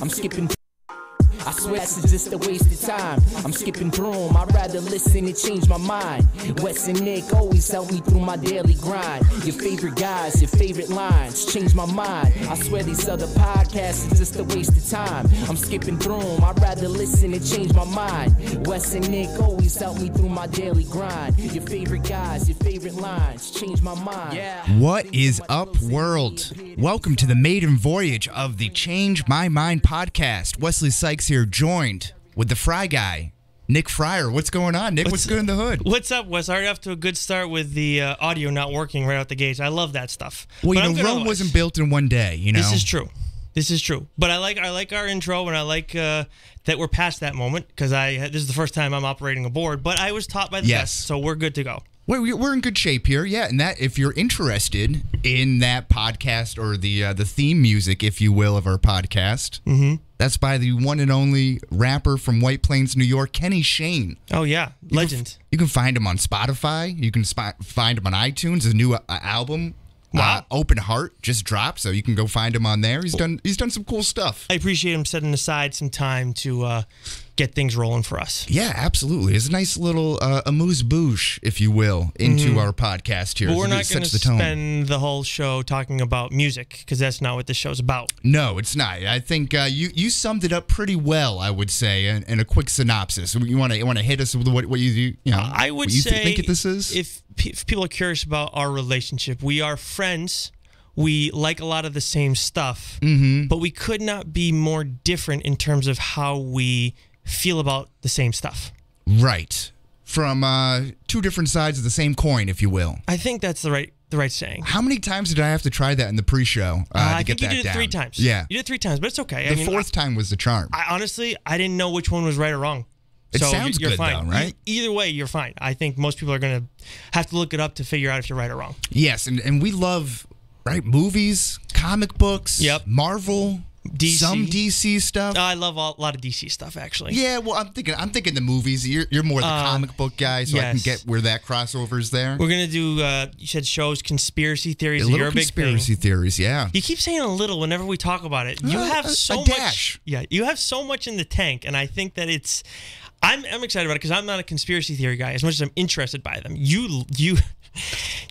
I'm skipping. I swear this is just a waste of time. I'm skipping broom, I'd rather listen and change my mind. Wes and Nick always help me through my daily grind. Your favorite guys, your favorite lines, change my mind. I swear these other podcasts is just a waste of time. I'm skipping broom, I'd rather listen and change my mind. Wes and Nick always help me through my daily grind. Your favorite guys, your favorite lines, change my mind. Yeah. What is up, world? Welcome to the maiden voyage of the Change My Mind podcast. Wesley Sykes here, joined with the Fry Guy, Nick Fryer. What's going on, Nick? What's, good in the hood? What's up, Wes? Already off to a good start with the uh, audio not working right out the gate. I love that stuff. Well, But you I'm know, good Rome otherwise. wasn't built in one day. You know, This is true. This is true. But I like I like our intro, and I like uh, that we're past that moment because I this is the first time I'm operating a board. But I was taught by the Yes. best, so we're good to go. Well, we- we're in good shape here, yeah. And that, if you're interested in that podcast or the uh, the theme music, if you will, of our podcast, mm-hmm. that's by the one and only rapper from White Plains, New York, Kenny Shane. Oh yeah, legend. You can find him on Spotify. You can spot, find him on iTunes. His new uh, album, uh, Wow. Open Heart, just dropped, so you can go find him on there. He's done he's done some cool stuff. I appreciate him setting aside some time to uh, get things rolling for us. Yeah, absolutely. It's a nice little uh, amuse bouche, if you will, into our podcast here. Mm-hmm. But we're It not going to sets the tone. spend the whole show talking about music because that's not what this show's about. No, it's not. I think uh, you you summed it up pretty well. I would say in, in a quick synopsis. You want to want to hit us with what what you you know? I would what you say think this is. if, pe- if people are curious about our relationship, we are friends. We like a lot of the same stuff, Mm-hmm. but we could not be more different in terms of how we feel about the same stuff. right from uh, two different sides of the same coin, if you will. I think that's the right the right saying. How many times did I have to try that in the pre-show uh, Uh, to I get think you that did it down? three times. Yeah, you did it three times, but it's okay. the I mean, fourth time was the charm. I, honestly, I didn't know which one was right or wrong. It so you- sounds you're good, fine. though, right? E- Either way, you're fine. I think most people are gonna have to look it up to figure out if you're right or wrong. yes, and and we love right movies, comic books, Yep. Marvel, DC. some DC stuff. Uh, I love all, a lot of DC stuff actually. Yeah, well, I'm thinking I'm thinking the movies. You're, you're more the comic book guy, so I can Uh, yes. get where that crossover's there. We're gonna do. Uh, you said shows, conspiracy theories. A and little you're a big thing. conspiracy theories, yeah. You keep saying a little whenever we talk about it. You Uh, have a- a so dash. much. Yeah, you have so much in the tank, and I think that it's. I'm, I'm excited about it because I'm not a conspiracy theory guy as much as I'm interested by them. You you, you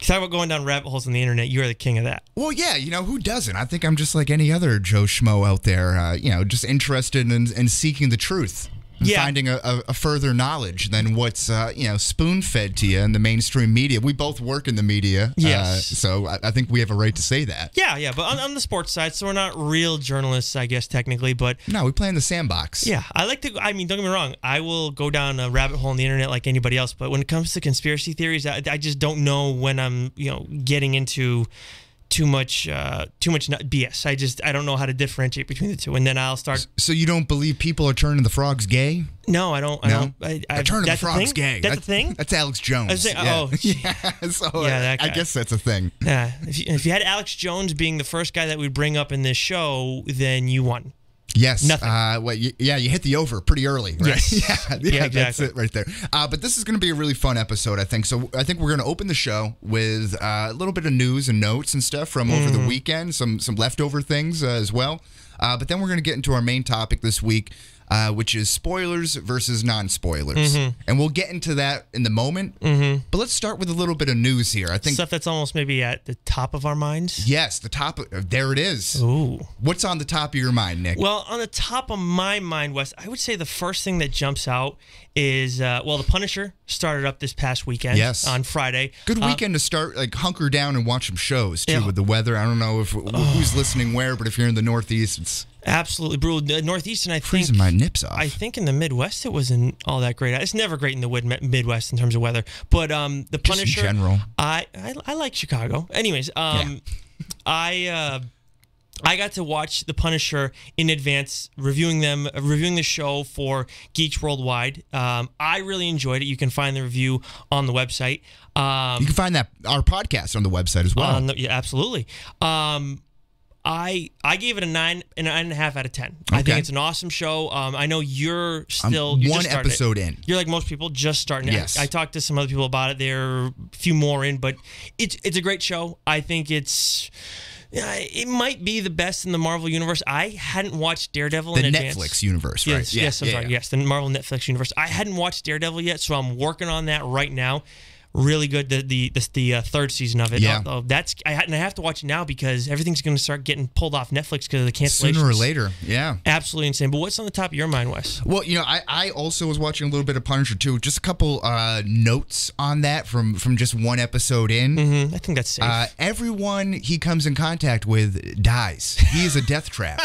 talk about going down rabbit holes on the internet. You are the king of that. Well, yeah, you know who doesn't? I think I'm just like any other Joe schmo out there. Uh, you know, just interested in, in seeking the truth, and Yeah. finding a, a, a further knowledge than what's uh, you know spoon fed to you in the mainstream media. We both work in the media, uh, Yes. so I, I think we have a right to say that. Yeah, yeah, but on, on the sports side, so we're not real journalists, I guess technically, but No, we play in the sandbox. Yeah, I like to. I mean, don't get me wrong. I will go down a rabbit hole on the internet like anybody else. But when it comes to conspiracy theories, I, I just don't know when I'm, you know, getting into too much, uh, too much nut- BS. I just I don't know how to differentiate between the two. And then I'll start. So you don't believe people are turning the frogs gay? No, I don't. I No? don't. I, I, They're turning that's the a frogs thing? gay. That's the thing. That's Alex Jones. was saying- yeah. oh, yeah. So uh, Yeah, that I guy. guess that's a thing. Yeah. If you, if you had Alex Jones being the first guy that we'd bring up in this show, then you won. Yes. Nothing. Uh, well, y- yeah, you hit the over pretty early. Right? Yes. yeah, yeah, Yeah, that's exactly. it right there. Uh, but this is going to be a really fun episode, I think. So I think we're going to open the show with uh, a little bit of news and notes and stuff from over Mm. the weekend, some some leftover things uh, as well. Uh, but then we're going to get into our main topic this week, uh, which is spoilers versus non-spoilers, Mm-hmm. and we'll get into that in the moment. Mm-hmm. But let's start with a little bit of news here. I think Stuff that's almost maybe at the top of our minds. yes, the top. Of, there it is. Ooh. What's on the top of your mind, Nick? Well, on the top of my mind, Wes, I would say the first thing that jumps out is uh, well, The Punisher started up this past weekend. Yes. on Friday. Good Uh, weekend to start, like hunker down and watch some shows too Yeah. with the weather. I don't know if who's listening where, but if you're in the Northeast, it's absolutely brutal. The Northeastern, I think. freezing my nips off. I think in the Midwest it wasn't all that great. It's never great in the Wid- Midwest in terms of weather. But um, the in Punisher, general. I, I I like Chicago. Anyways, um, I uh, I got to watch the Punisher in advance, reviewing them, reviewing the show for Geeks Worldwide. Um, I really enjoyed it. You can find the review on the website. Um, you can find that our podcast on the website as well. on the- yeah, absolutely. Um, I I gave it a nine and a nine and a half out of ten. I Okay. think it's an awesome show. Um, I know you're I'm still you one just started it. episode in. You're like most people, just starting. out. Yes. I, I talked to some other people about it. There are a few more in, but it's it's a great show. I think it's Yeah, it might be the best in the Marvel universe. I hadn't watched Daredevil The in Netflix advance. universe, right? Yes, yes, I'm sorry. Yes, the Marvel Netflix universe. I hadn't watched Daredevil yet, so I'm working on that right now. Really good. The the the, the uh, third season of it. Yeah. Oh, oh, that's I, ha- and I have to watch it now because everything's going to start getting pulled off Netflix because of the cancellation. Sooner or later, yeah. Absolutely insane. But what's on the top of your mind, Wes? Well, you know, I, I also was watching a little bit of Punisher too. Just a couple uh, notes on that from from just one episode in. Mm, I think that's safe. Uh, everyone he comes in contact with dies. He is a death trap.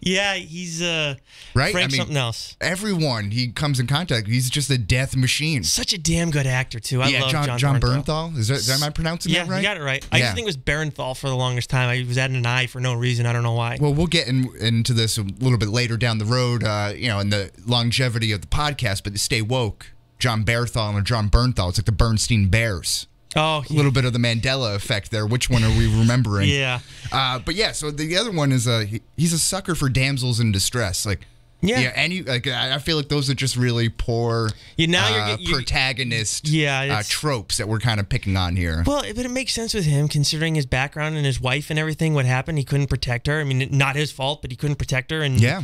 yeah, he's uh, Right? I Frank mean- something else. Everyone he comes in contact, he's just a death machine. Such a damn good actor too. I yeah, love John, John, John Bernthal. Bernthal. Is that, is that am I pronouncing Yeah, that right? you got it right. I Yeah. used to think it was Barenthal for the longest time. I was adding an I for no reason. I don't know why. Well, we'll get in, into this a little bit later down the road, uh, you know, in the longevity of the podcast, but stay woke. John Berthal and John Bernthal. It's like the Bernstein Bears. oh, A little bit of the Mandela effect there. Which one are we remembering? yeah. Uh, but yeah, so the other one is uh, he, he's a sucker for damsels in distress. Like, Yeah. any like I I feel like those are just really poor Yeah, now you're uh, get- you- protagonist Yeah, uh, it's- tropes that we're kind of picking on here. Well, it- but it makes sense with him considering his background and his wife and everything. What happened? He couldn't protect her. I mean, not his fault, but he couldn't protect her. And Yeah.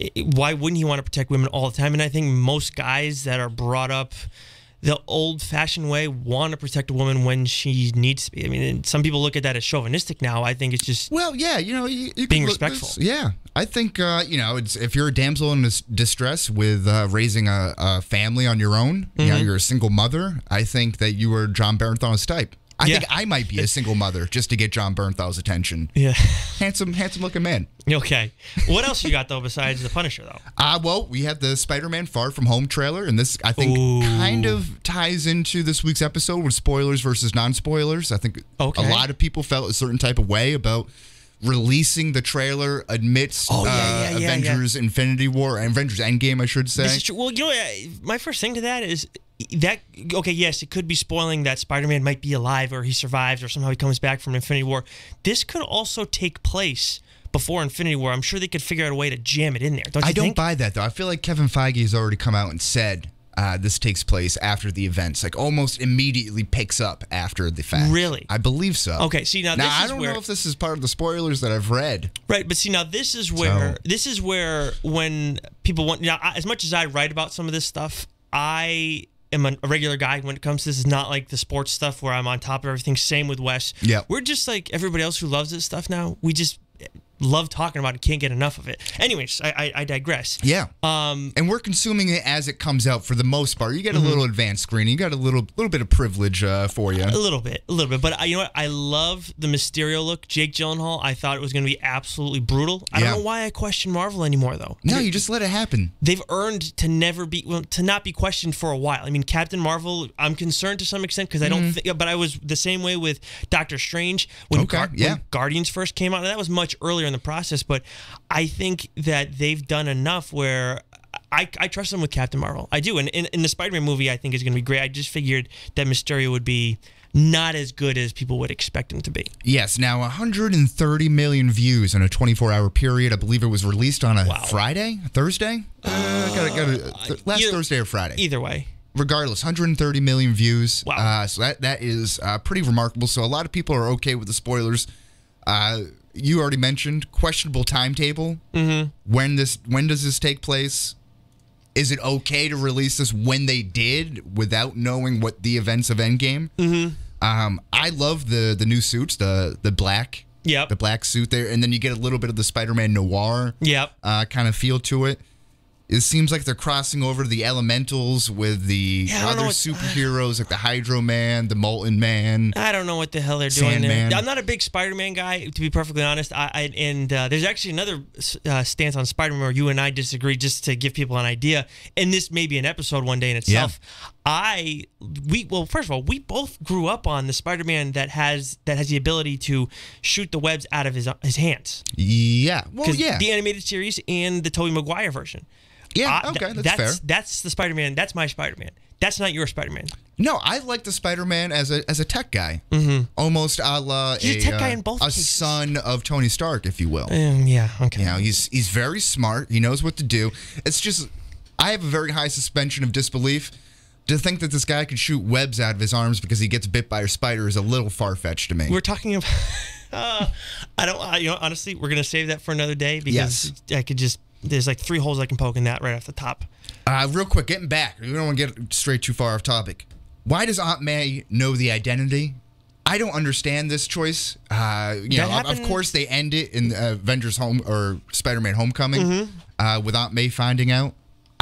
i- i- why wouldn't he want to protect women all the time? And I think most guys that are brought up the old-fashioned way want to protect a woman when she needs to be. I mean, and some people look at that as chauvinistic now. I think it's just Well, yeah, you know, you, you could Being look- respectful. it's- Yeah, I think uh, you know, it's if you're a damsel in dis- distress with uh, raising a, a family on your own, you Mm-hmm. know, you're a single mother. I think that you were John Bernthal's type. I Yeah. think I might be a single mother just to get John Bernthal's attention. yeah. Handsome, handsome looking man. okay. What else you got though besides the Punisher though? Uh, well, we have the Spider-Man Far From Home trailer, and this I think Ooh. kind of ties into this week's episode with spoilers versus non-spoilers. I think Okay. a lot of people felt a certain type of way about releasing the trailer amidst Oh, yeah, uh, yeah, yeah, yeah. Avengers Infinity War, Avengers Endgame, I should say. This is true. Well, you know, I- my first thing to that is that okay, yes, it could be spoiling that Spider-Man might be alive or he survives or somehow he comes back from Infinity War. This could also take place before Infinity War. I'm sure they could figure out a way to jam it in there. Don't you I don't think? buy that though. I feel like Kevin Feige has already come out and said uh, this takes place after the events, like almost immediately picks up after the fact. Really? I believe so. Okay, see, now now this I is don't where- know if this is part of the spoilers that I've read. Right, but see now this is where this is where when people want now I- as much as I write about some of this stuff, I am an- a regular guy when it comes to this. It's not like the sports stuff where I'm on top of everything. Same with Wes. Yeah. we're just like everybody else who loves this stuff now. We just love talking about it. Can't get enough of it. Anyways, I I, I digress. Yeah. Um, Mm-hmm. and we're consuming it as it comes out for the most part. You get a little advanced screening. You got a little little bit of privilege uh, for you. A little bit, a little bit, but I, you know what? I love the Mysterio look, Jake Gyllenhaal. I thought it was going to be absolutely brutal. I Yeah. don't know why I question Marvel anymore, though. No, you just let it happen. they've earned to never be well, to not be questioned for a while. I mean, Captain Marvel, I'm concerned to some extent because I don't think, but I was the same way with Doctor Strange when, Okay, Gar- yeah. when Guardians first came out. That was much earlier in the process, but I think that they've done enough where. I, I trust them with Captain Marvel. I do. And in, in the Spider Man movie, I think is going to be great. I just figured that Mysterio would be not as good as people would expect him to be. Yes. Now, 130 million views in a 24-hour period. I believe it was released on a Friday, Thursday. Uh, gotta, gotta, th- last either- Thursday or Friday. Either way. regardless 130 million views Wow. uh, so that that is uh, pretty remarkable so a lot of people are okay with the spoilers uh, you already mentioned questionable timetable mm-hmm. when this when does this take place is it okay to release this when they did without knowing what the events of endgame mm-hmm. um, i love the the new suits the the black Yep. the black suit there and then you get a little bit of the spider-man noir Yep. uh, kind of feel to it. It seems like they're crossing over the elementals with the Yeah, I don't other know what- uh, superheroes like the Hydro Man, the Molten Man. I don't know what the hell they're doing Sandman. there. I'm not a big Spider-Man guy, to be perfectly honest. I, I and uh, there's actually another uh, stance on Spider-Man where you and I disagree, just to give people an idea. And this may be an episode one day in itself. I we well, first of all, we both grew up on the Spider-Man that has that has the ability to shoot the webs out of his uh, his hands. Yeah. Well, 'Cause Oh, yeah. the animated series and the Tobey Maguire version. yeah. I- okay, th- that's, that's fair. That's the Spider-Man. That's my Spider-Man. That's not your Spider-Man. No, I like the Spider Man as a as a tech guy, mm-hmm. almost a la He's a tech guy uh, in both a cases. son of Tony Stark, if you will. Um, yeah. Okay. You know, he's he's very smart. He knows what to do. It's just I have a very high suspension of disbelief. To think that this guy could shoot webs out of his arms because he gets bit by a spider is a little far fetched to me. We're talking about. uh, I don't. I, you know, honestly, we're gonna save that for another day because I could just. There's like three holes I can poke in that right off the top. Uh, real quick, getting back. We don't want to get straight too far off topic. Why does Aunt May know the identity? I don't understand this choice. Uh, you know, of- of happened- course they end it in uh, Avengers Home or Spider-Man Homecoming Mm-hmm. uh, with Aunt May finding out.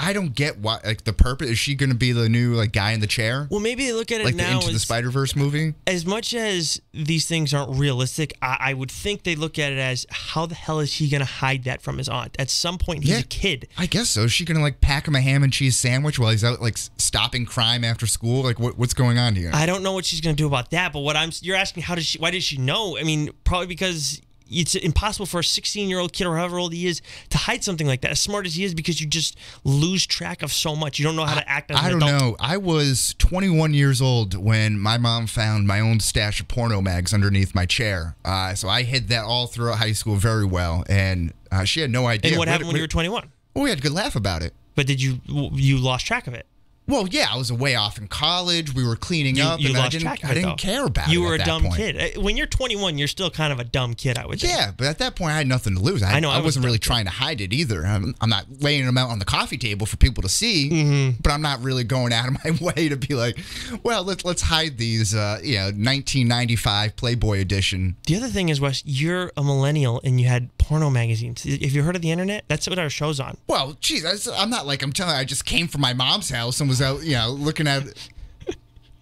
I don't get why. Like the purpose is she going to be the new like guy in the chair, Well, maybe they look at it like the now Into the as Spider Verse movie? as much as these things aren't realistic, I, I would think they look at it as how the hell is he going to hide that from his aunt? At some point, he's Yeah. a kid. I guess so. Is she going to like pack him a ham and cheese sandwich while he's out like s- stopping crime after school? Like what, what's going on here? I don't know what she's going to do about that. But what I'm you're asking, how does she? Why does she know? I mean, probably because it's impossible for a 16 year old kid or however old he is to hide something like that. As smart as he is, because you just lose track of so much. You don't know how to act as an I don't adult. know. I was 21 years old when my mom found my own stash of porno mags underneath my chair. Uh, so I hid that all throughout high school very well, and uh, she had no idea. And what We had- happened when we, you were 21? Well, we had a good laugh about it. But did you you lost track of it? Well, yeah, I was away off in college. We were cleaning You, up, you and lost I didn't. track of I it, didn't though. care about you it. at were a that dumb point. kid. Uh, When you're 21, you're still kind of a dumb kid. I would think. Yeah, but at that point, I had nothing to lose. I, I know, I I, was wasn't dumb really trying to hide it either. I'm, I'm not laying them out on the coffee table for people to see, Mm-hmm. but I'm not really going out of my way to be like, well, let's let's hide these, uh, you know, 1995 Playboy edition. The other thing is, Wes, you're a millennial and you had porno magazines. Have you heard of the internet? That's what our show's on. Well, geez, I, am not like I'm telling. you, I just came from my mom's house and was out, you know, looking at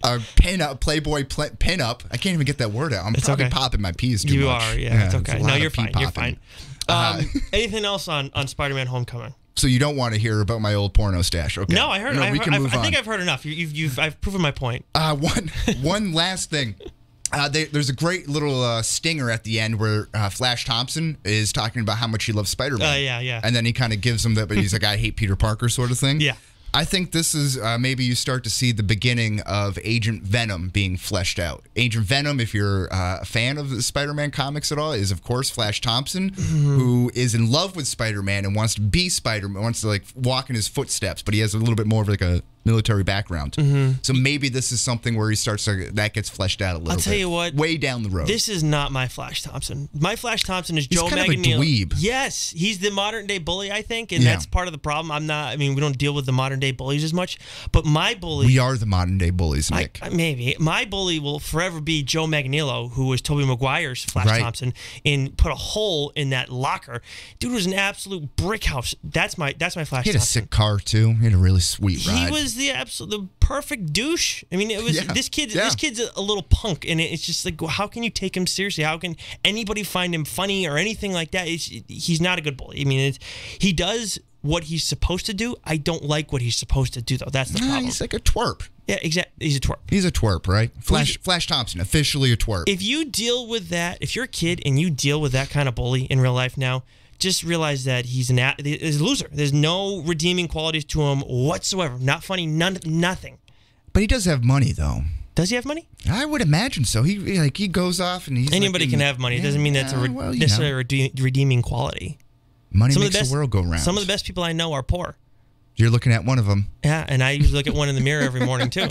a pin up Playboy pl- pin up. I can't even get that word out. I'm probably okay. popping my peas too You much. are, yeah, it's a okay. lot No, of you're pea fine. You're popping. Uh, fine. Um, anything else on, on Spider Man Homecoming? So you don't want to hear about my old porno stash, okay? No, I heard. No, I, we heard can I, move I on. think I've heard enough. You, you've, you've I've proven my point. Uh, one one last thing. Uh, they, there's a great little uh, stinger at the end where uh, Flash Thompson is talking about how much he loves Spider Man. Uh, yeah, yeah. And then he kind of gives him that, but he's like, I hate Peter Parker sort of thing. Yeah. I think this is uh, maybe you start to see the beginning of Agent Venom being fleshed out. Agent Venom, if you're uh, a fan of the Spider Man comics at all, is of course Flash Thompson, Mm-hmm. who is in love with Spider Man and wants to be Spider Man, wants to like walk in his footsteps, but he has a little bit more of like a military background. Mm-hmm. So maybe this is something where he starts to, that gets fleshed out a little I'll tell bit. you what, Way down the road. This is not my Flash Thompson. My Flash Thompson is Joe kind of a Manganiello. dweeb. Yes, he's the modern day bully, I think, and Yeah. that's part of the problem. I'm not. I mean, we don't deal with the modern day bullies as much, but my bully. we are the modern day bullies, Nick. I, maybe my bully will forever be Joe Magnillo, who was Toby Maguire's Flash Right. Thompson, and put a hole in that locker. Dude was an absolute brick house. That's my that's my Flash he had a Thompson. sick car too. He had a really sweet ride. He was the absolute the perfect douche. I mean, it was Yeah. this kid. Yeah. This kid's a, a little punk, and it- it's just like, well, how can you take him seriously? How can anybody find him funny or anything like that? It's, he's not a good bully. I mean, it's, he does what he's supposed to do. I don't like what he's supposed to do, though. That's the Nah, problem. he's like a twerp. yeah, exactly. He's a twerp. He's a twerp, right? Flash Flash Thompson, officially a twerp. if you deal with that, if you're a kid and you deal with that kind of bully in real life now, just realize that he's an a- he's a loser. There's no redeeming qualities to him whatsoever. Not funny. None. Nothing. but he does have money, though. Does he have money? I would imagine so. He he, like he goes off and he's Anybody like, can in- have money. It Yeah, doesn't mean that's a yeah, re- well, you necessarily know, a rede- redeeming quality. money Some makes of the best the world go round. Some of the best people I know are poor. You're looking at one of them. Yeah, and I usually look at one in the mirror every morning too.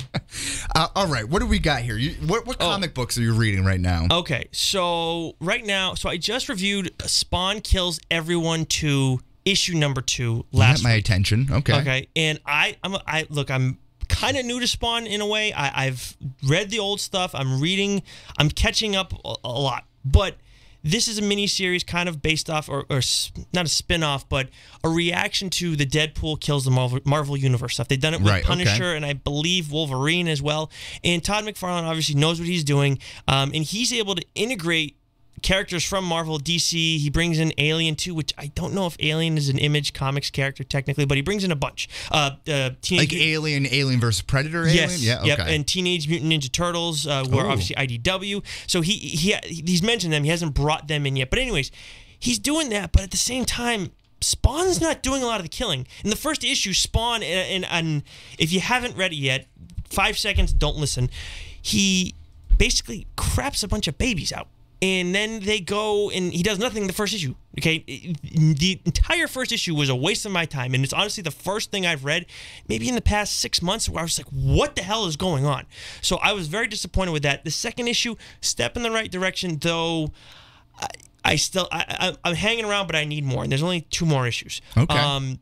Uh, all right, what do we got here? You, what what Oh. comic books are you reading right now? Okay, so right now, so I just reviewed Spawn Kills Everyone to issue number two You last got my week. attention. Okay. Okay, and I, I'm, a- I look, I'm kind of new to Spawn in a way. I, I've read the old stuff. I'm reading. I'm catching up a, a lot, but this is a mini series kind of based off, or, or s- not a spin off, but a reaction to the Deadpool kills the Marvel, Marvel universe stuff. They've done it with Right, okay. Punisher and I believe Wolverine as well. And Todd McFarlane obviously knows what he's doing, um, and he's able to integrate characters from Marvel, DC. He brings in Alien too, which I don't know if Alien is an Image Comics character technically, but he brings in a bunch. Uh, uh, Teenage Like Alien, Alien versus Predator. Alien? Yes. Yeah. Okay. Yep. And Teenage Mutant Ninja Turtles uh, were Ooh. obviously IDW. So he, he he's mentioned them. He hasn't brought them in yet. But anyways, he's doing that. But at the same time, Spawn's not doing a lot of the killing. In the first issue, Spawn and, and, and if you haven't read it yet, five seconds. Don't listen. He basically craps a bunch of babies out. And then they go and he does nothing in the first issue. Okay. The entire first issue was a waste of my time. And it's honestly the first thing I've read maybe in the past six months where I was like, what the hell is going on? So I was very disappointed with that. The second issue, step in the right direction, though I, I still I, I, I'm hanging around, but I need more. And there's only two more issues. Okay. Um,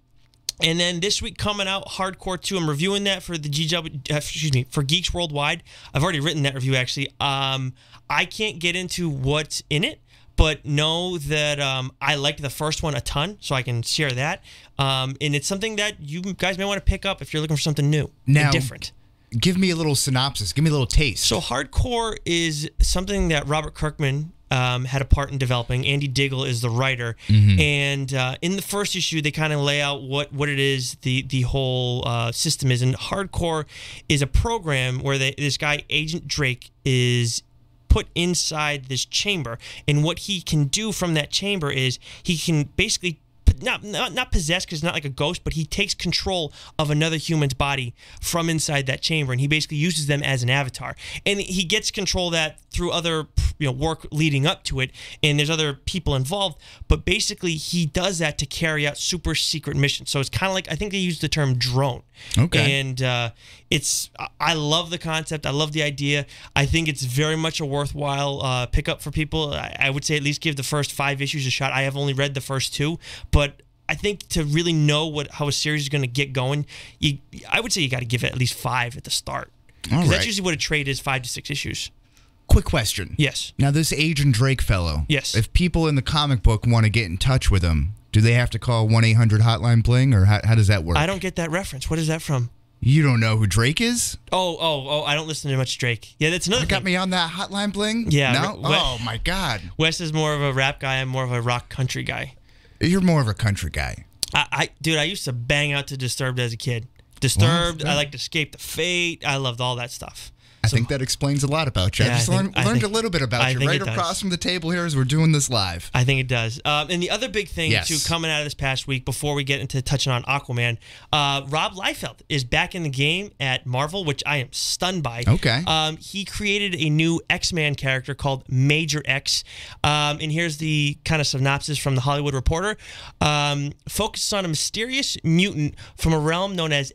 and then this week coming out, Hardcore Two. I'm reviewing that for the GW. Uh, excuse me, for Geeks Worldwide. I've already written that review actually. Um, I can't get into what's in it, but know that um, I liked the first one a ton, so I can share that. Um, and it's something that you guys may want to pick up if you're looking for something new, and Now- different. Give me a little synopsis. Give me a little taste. So hardcore is something that Robert Kirkman um, had a part in developing. Andy Diggle is the writer, and uh, in the first issue, they kind of lay out what what it is the the whole uh, system is. And hardcore is a program where they, this guy Agent Drake is put inside this chamber, and what he can do from that chamber is he can basically not not, not possess because it's not like a ghost, but he takes control of another human's body from inside that chamber, and he basically uses them as an avatar. And he gets control of that through other you know work leading up to it, and there's other people involved. But basically, he does that to carry out super secret missions. So it's kind of like I think they use the term drone. Okay. And uh, it's I- I love the concept. I love the idea. I think it's very much a worthwhile uh, pickup for people. I, I would say at least give the first five issues a shot. I have only read the first two, but I think to really know what how a series is going to get going, you, I would say you got to give it at least five at the start. 'Cause All right. That's usually what a trade is: five to six issues. Quick question. Yes. Now, this Agent Drake fellow. Yes. If people in the comic book want to get in touch with him, do they have to call 1 800 Hotline Bling or how, how does that work? I don't get that reference. What is that from? you don't know who Drake is? Oh, oh, oh! I don't listen to much Drake. Yeah, that's another. That got thing. me on that Hotline Bling? Yeah, No? re- Oh, my God. Wes is more of a rap guy. I'm more of a rock country guy. You're more of a country guy. I, I dude, I used to bang out to Disturbed as a kid. Disturbed, I liked Escape the Fate. I loved all that stuff. I think that explains a lot about you. Yeah, I I just think- learned, I learned think- a little bit about I you think right it does. across from the table here as we're doing this live. I think it does. Um, and the other big thing Yes. too coming out of this past week, before we get into touching on Aquaman, uh, Rob Liefeld is back in the game at Marvel, which I am stunned by. Okay. Um, he created a new X-Man character called Major X. Um, and here's the kind of synopsis from the Hollywood Reporter. Um, focuses on a mysterious mutant from a realm known as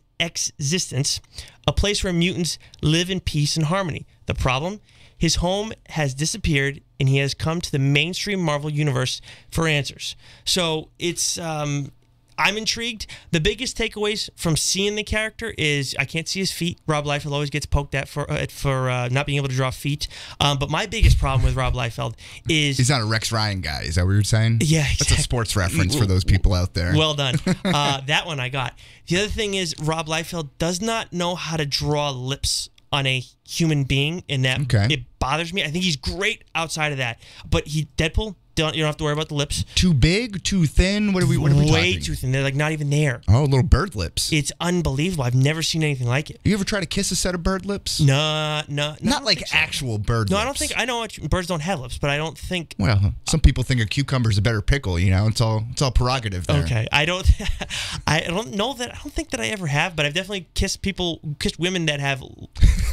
Existence, a place where mutants live in peace and harmony. The problem? His home has disappeared, and he has come to the mainstream Marvel universe for answers. So it's um, I'm intrigued. The biggest takeaways from seeing the character is I can't see his feet. Rob Liefeld always gets poked at for uh, for uh, not being able to draw feet. Um, but my biggest problem with Rob Liefeld is He's not a Rex Ryan guy. Is that what you're saying? Yeah, That's a exact- sports reference for those people out there. well done. Uh, that one I got. The other thing is Rob Liefeld does not know how to draw lips on a human being, and that Okay. it bothers me. I think he's great outside of that, but he Deadpool. Don't you don't have to worry about the lips. too big, too thin. What are we? What are we Way talking? too thin. They're like not even there. Oh, little bird lips. It's unbelievable. I've never seen anything like it. you ever try to kiss a set of bird lips? Nah, nah, nah. Not like actual bird No, lips. I don't think I know what you- birds don't have lips, but I don't think. Well, some people think a cucumber's a better pickle. You know, it's all it's all prerogative there. Okay, I don't. I don't know that. I don't think that I ever have, but I've definitely kissed people, kissed women that have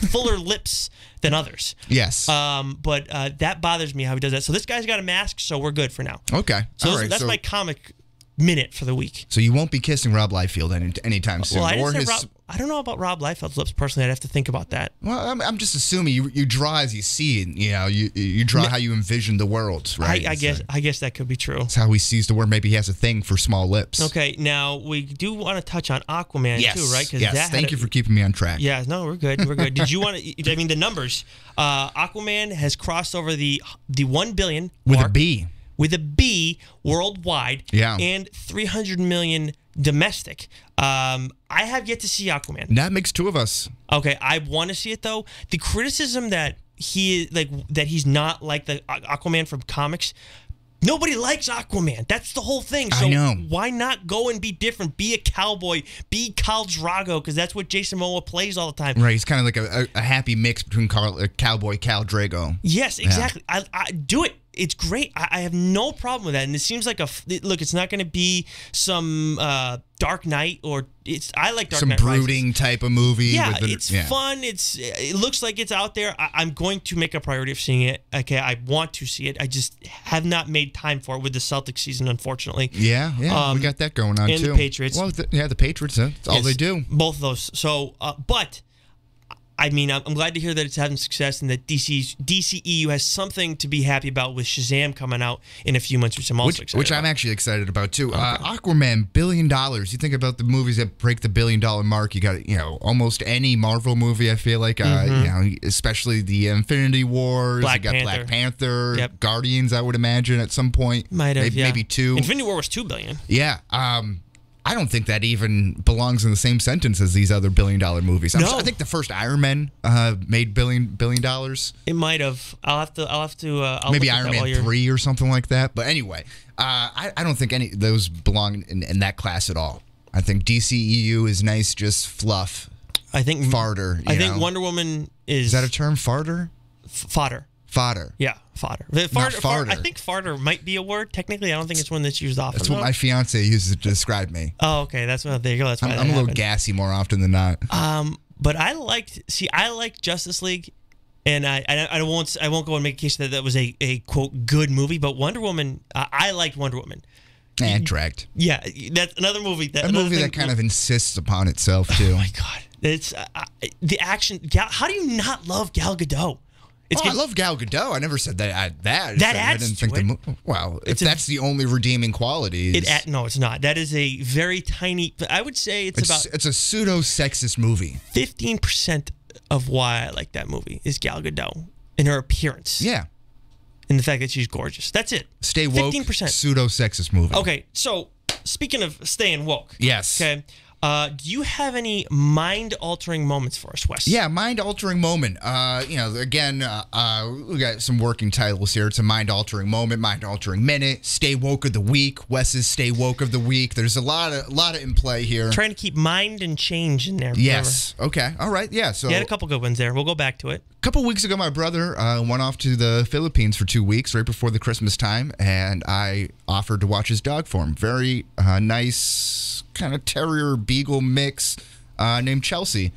fuller lips than others. Yes. Um, but uh, that bothers me how he does that. So this guy's got a mask, so we're good for now. okay. So all those- right. that's Oh, so, my comic minute for the week. so you won't be kissing Rob Liefeld any, anytime soon, Well, I or didn't his. say Rob. I don't know about Rob Liefeld's lips personally. I'd have to think about that. Well, I'm, I'm just assuming you you draw as you see it. You know, you you draw how you envision the world, right? I, I It's guess. like- I guess that could be true. That's how he sees the world. Maybe he has a thing for small lips. Okay, now we do want to touch on Aquaman Yes. too, right? Yes. that had Thank a- you for keeping me on track. Yeah, no, we're good. We're good. Did you want to? I mean, the numbers. Uh, Aquaman has crossed over the the one billion With a mark B. with a B worldwide. Yeah. and three hundred million domestic. Um, I have yet to see Aquaman. That makes two of us. Okay, I want to see it though. The criticism that he like that he's not like the Aqu- Aquaman from comics. Nobody likes Aquaman. That's the whole thing. So I know. why not go and be different? Be a cowboy. Be Khal Drago because that's what Jason Momoa plays all the time. Right, he's kind of like a, a, a happy mix between Carl, uh, cowboy Cal Drago. Yes, exactly. I, I do it. It's great. I, I have no problem with that. And it seems like a f- look. It's not going to be some uh, Dark Knight or it's. I like Dark Some Knight. Rises. brooding type of movie. Yeah, with the- it's yeah. fun. It's it looks like it's out there. I, I'm going to make a priority of seeing it. Okay, I want to see it. I just have not made time for it with the Celtics season, unfortunately. Yeah, yeah, Um, we got that going on and the too. Patriots. Oh, Well, the, yeah, the Patriots. That's all they Yes, do. Both of those. So, uh, but I mean, I'm, I'm glad to hear that it's having success and that DC's, DCEU E has something to be happy about with Shazam coming out in a few months, which I'm also Which, excited which about. I'm actually excited about too. Uh, Aquaman, billion dollars. You think about the movies that break the billion dollar mark. You got you know almost any Marvel movie. I feel like uh, you know especially the Infinity Wars. Mm-hmm. Black you got Black Panther, Yep. Guardians. I would imagine at some point. Might have, maybe, yeah. maybe two. Infinity War was two billion. yeah. Um, I don't think that even belongs in the same sentence as these other billion dollar movies. I'm No. s- I think the first Iron Man uh, made billion billion dollars. It might have. I'll have to. I'll have to. Uh, I'll maybe look at Iron that while Man you're- three or something like that. But anyway, uh, I, I don't think any those belong in, in that class at all. I think DCEU is nice, just fluff, I think farter. I you think know? Wonder Woman is, is that a term, farter, fodder. fodder. Yeah, fodder. The fart- fart- farter. I think farter might be a word. Technically, I don't think it's one that's used often. That's what though. my fiance uses to describe me. oh, okay. That's what. There you go. That's why I'm, that I'm a little happened. gassy more often than not. Um, but I liked. See, I liked Justice League, and I I, I won't I won't go and make a case that that was a a quote good movie. But Wonder Woman, uh, I liked Wonder Woman. Eh, dragged. Yeah, that's another movie. That A another movie thing- Oh that kind of insists upon itself too. my god, it's uh, uh, the action. Gal, how do you not love Gal Gadot? It's Oh, I getting- love Gal Gadot. I never said that. I, that I just That said adds I didn't to think it. the mo- well, if a- that's the only redeeming quality, it. At, no, it's not. That is a very tiny. I would say it's, it's, about it's a pseudo sexist movie. fifteen percent of why I like that movie is Gal Gadot and her appearance. Yeah. and the fact that she's gorgeous. That's it. Stay woke. 15%. Pseudo sexist movie. Okay, so speaking of staying woke. Yes. Okay. Uh, do you have any mind altering moments for us, Wes? Yeah, mind altering moment. Uh, you know, again, uh, uh, we got some working titles here. It's a mind altering moment, mind altering minute, stay woke of the week, Wes's stay woke of the week. There's a lot of lot of in play here. Trying to keep mind and change in there. yes. Okay. All right. Yeah. So Remember? You had a couple good ones there. We'll go back to it. couple weeks ago, my brother uh, went off to the Philippines for two weeks, right before the Christmas time, and I offered to watch his dog for him. Very uh, nice kind of terrier beagle mix uh, named Chelsea.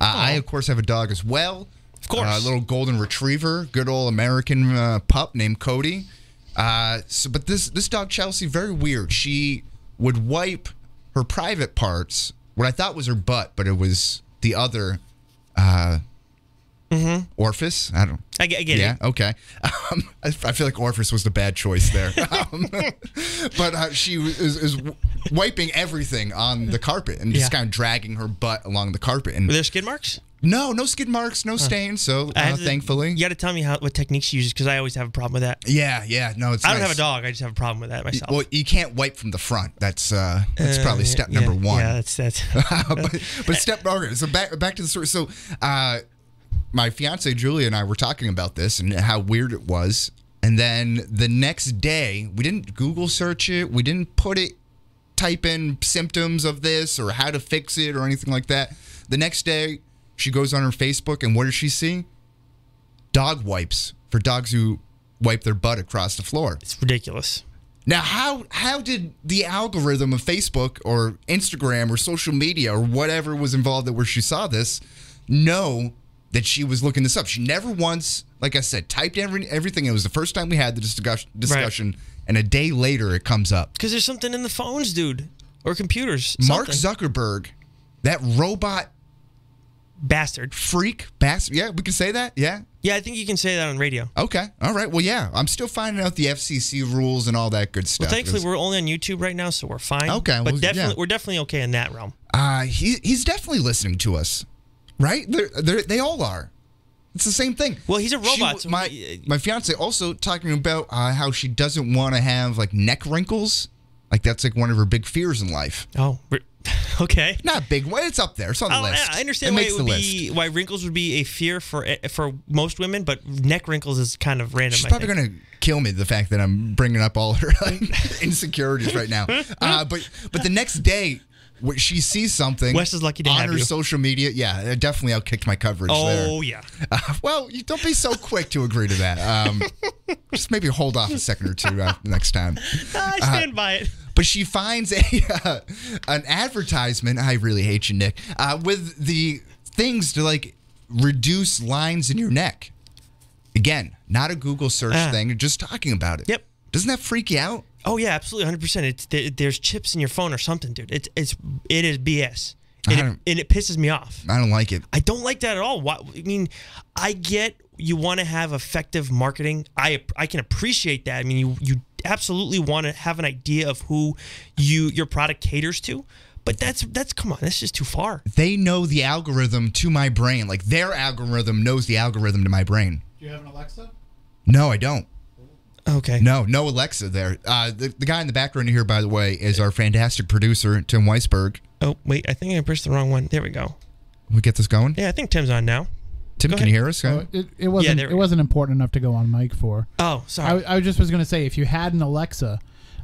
Uh, I, of course, have a dog as well. Of course. a little golden retriever, good old American uh, pup named Cody. Uh, so, but this this dog Chelsea very weird. She would wipe her private parts, what I thought was her butt, but it was the other uh, orifice. I don't. Mm-hmm. I get, I get yeah. it. Okay. Um, I, I feel like orifice was the bad choice there. Um, but uh, she is, is wiping everything on the carpet and just Yeah. kind of dragging her butt along the carpet. And Were there skid marks? no, no skid marks, no stains. So I uh, have to- thankfully. You got to tell me how what technique she uses because I always have a problem with that. Yeah. Yeah. No, it's. I don't nice. have a dog. I just have a problem with that myself. Well, you can't wipe from the front. That's uh, that's Uh, probably step yeah, number one. Yeah, that's that's. but, but step okay, so back back to the story. So uh my fiance Julia and I were talking about this and how weird it was. And then the next day, we didn't Google search it, we didn't put it type in symptoms of this or how to fix it or anything like that. The next day, she goes on her Facebook and what does she see? Dog wipes for dogs who wipe their butt across the floor. it's ridiculous. Now, how how did the algorithm of Facebook or Instagram or social media or whatever was involved that where she saw this know that she was looking this up? She never once, like I said, typed every, everything. It was the first time we had the discussion, discussion and a day later it comes up. Because there's something in the phones, dude, or computers. Mark something. Zuckerberg, that robot bastard. freak bastard. Yeah, we can say that. Yeah. Yeah, I think you can say that on radio. Okay. All right. Well, yeah. I'm still finding out the FCC rules and all that good stuff. Thankfully, It's- we're only on YouTube right now, so we're fine. Okay, but well, definitely, yeah. we're definitely okay in that realm. Uh, he, he's definitely listening to us, right? They're, they're, they all are. It's the same thing. Well, he's a She- robot, so my he- uh, my fiance also talking about uh, how she doesn't want to have like neck wrinkles. Like that's like one of her big fears in life. Oh, we're- okay. Not big one. It's up there. It's on the Oh, list. yeah, I It understand why makes it would the be why wrinkles would be a fear for eh, for most women, but neck wrinkles is kind of random. She's I probably think. gonna kill me the fact that I'm bringing up all her like, insecurities right now. Uh, but but the next day. when She sees something. Wes is lucky to on have her you. social media. Yeah, it definitely outkicked my coverage. there. Oh yeah, Uh, well, you don't be so quick to agree to that. Um, just maybe hold off a second or two uh, next time. I stand by it. But she finds a uh, an advertisement. I really hate you, Nick. Uh, with the things to like reduce lines in your neck. Again, not a Google search Ah. thing. Just talking about it. Yep. Doesn't that freak you out? Oh yeah, absolutely, hundred percent. It's there, there's chips in your phone or something, dude. It's it's it is BS. and, I it, don't- and it pisses me off. I don't like it. I don't like that at all. Why, I mean, I get you want to have effective marketing. I I can appreciate that. I mean, you you absolutely want to have an idea of who you your product caters to. But that's that's come on, that's just too far. They know the algorithm to my brain. Like their algorithm knows the algorithm to my brain. Do you have an Alexa? No, I don't. Okay. No, no Alexa there. Uh, the, the guy in the background here, by the way, is our fantastic producer, Tim Weisberg. Oh wait, I think I pushed the wrong one. There we go. We get this going? Yeah, I think Tim's on now. Tim, go can ahead. you hear us? Oh, it, it wasn't there we it go. wasn't important enough to go on mic for. Oh, I, sorry. I just was going to say if you had an Alexa,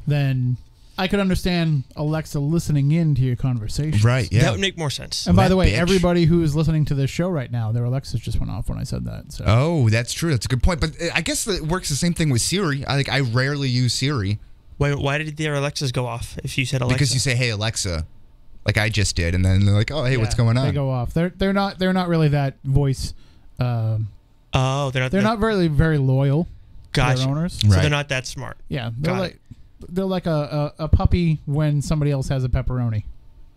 then I could understand Alexa listening in to your conversation. right, yeah. That would make more sense. And by That the way, bitch. everybody who is listening to this show right now, their Alexas just went off when I said that. So Oh, that's true. That's a good point. But uh, I guess that it works the same thing with Siri. I like I rarely use Siri Why, why did their Alexas go off if you said Alexa? because you say, "Hey Alexa," like I just did, and then they're like, "Oh, hey, what's Yeah, going they on?" go off. They're they're not they're not really that voice. Um, Oh, they're not. they're not really very loyal to Gotcha. their owners. So Right. they're not that smart. Yeah, they're Got it. like they're like a, a, a puppy when somebody else has a pepperoni.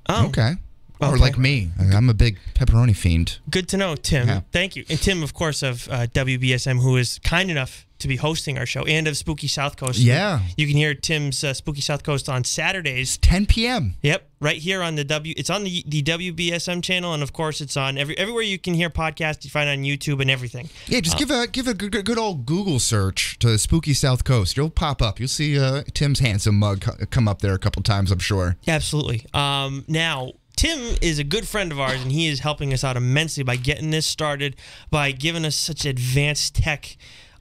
Oh, Okay. Okay. Or like me, Like, I'm a big pepperoni fiend. Good to know, Tim. Yeah. Thank you. And Tim, of course, of uh, WBSM, who is kind enough to be hosting our show and of Spooky South Coast. Yeah. You can hear Tim's uh, Spooky South Coast on Saturdays. 10 p.m. Yep, right here on the W. It's on the the WBSM channel, and of course, it's on every everywhere you can hear podcasts. You find it on YouTube and everything. Yeah, just give a give a good, good- good old Google search to Spooky South Coast. You'll pop up. You'll see uh, Tim's handsome mug co- come up there a couple times. I'm sure. Yeah, absolutely. Um, now, Tim is a good friend of ours, and he is helping us out immensely by getting this started, by giving us such advanced tech.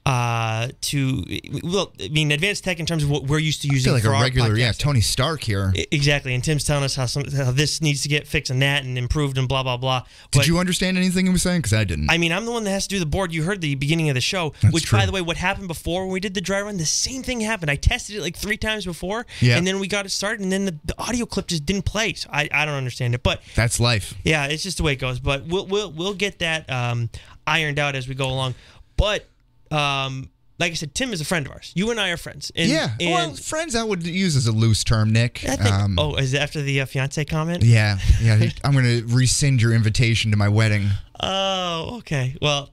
Uh, to well, I mean, advanced tech in terms of what we're used to I using feel like for a our regular, yeah, podcasting. Tony Stark here. I- Exactly, and Tim's telling us how, some, how this needs to get fixed and that and improved and blah blah blah. Did But, you understand anything he was saying? Because I didn't. I mean, I'm the one that has to do the board. You heard the beginning of the show, which, by true. the way, what happened before when we did the dry run, the same thing happened. I tested it like three times before, Yeah. and then we got it started, and then the, the audio clip just didn't play. So I, I don't understand it, but That's life. yeah, it's just the way it goes. But we'll we'll we'll get that um, ironed out as we go along. But um, like I said, Tim is a friend of ours. You and I are friends. And, yeah. and well, friends, I would use as a loose term, Nick. I think. Um, oh, is it after the uh, fiance comment? Yeah, yeah. he- I'm gonna rescind your invitation to my wedding. Oh, okay. Well,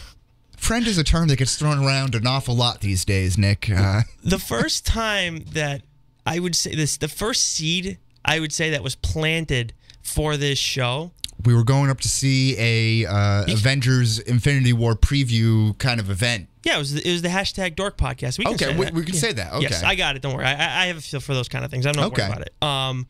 Friend is a term that gets thrown around an awful lot these days, Nick. Uh, the first time that I would say this, the first seed I would say that was planted for this show. we were going up to see a uh, Avengers Infinity War preview kind of event. Yeah, it was it was the hashtag Dork Podcast. We can Okay, say we, that. we can say that. Okay. Yes, I got it. Don't worry. I, I- I have a feel for those kind of things. I'm not Okay. worried about it. Um,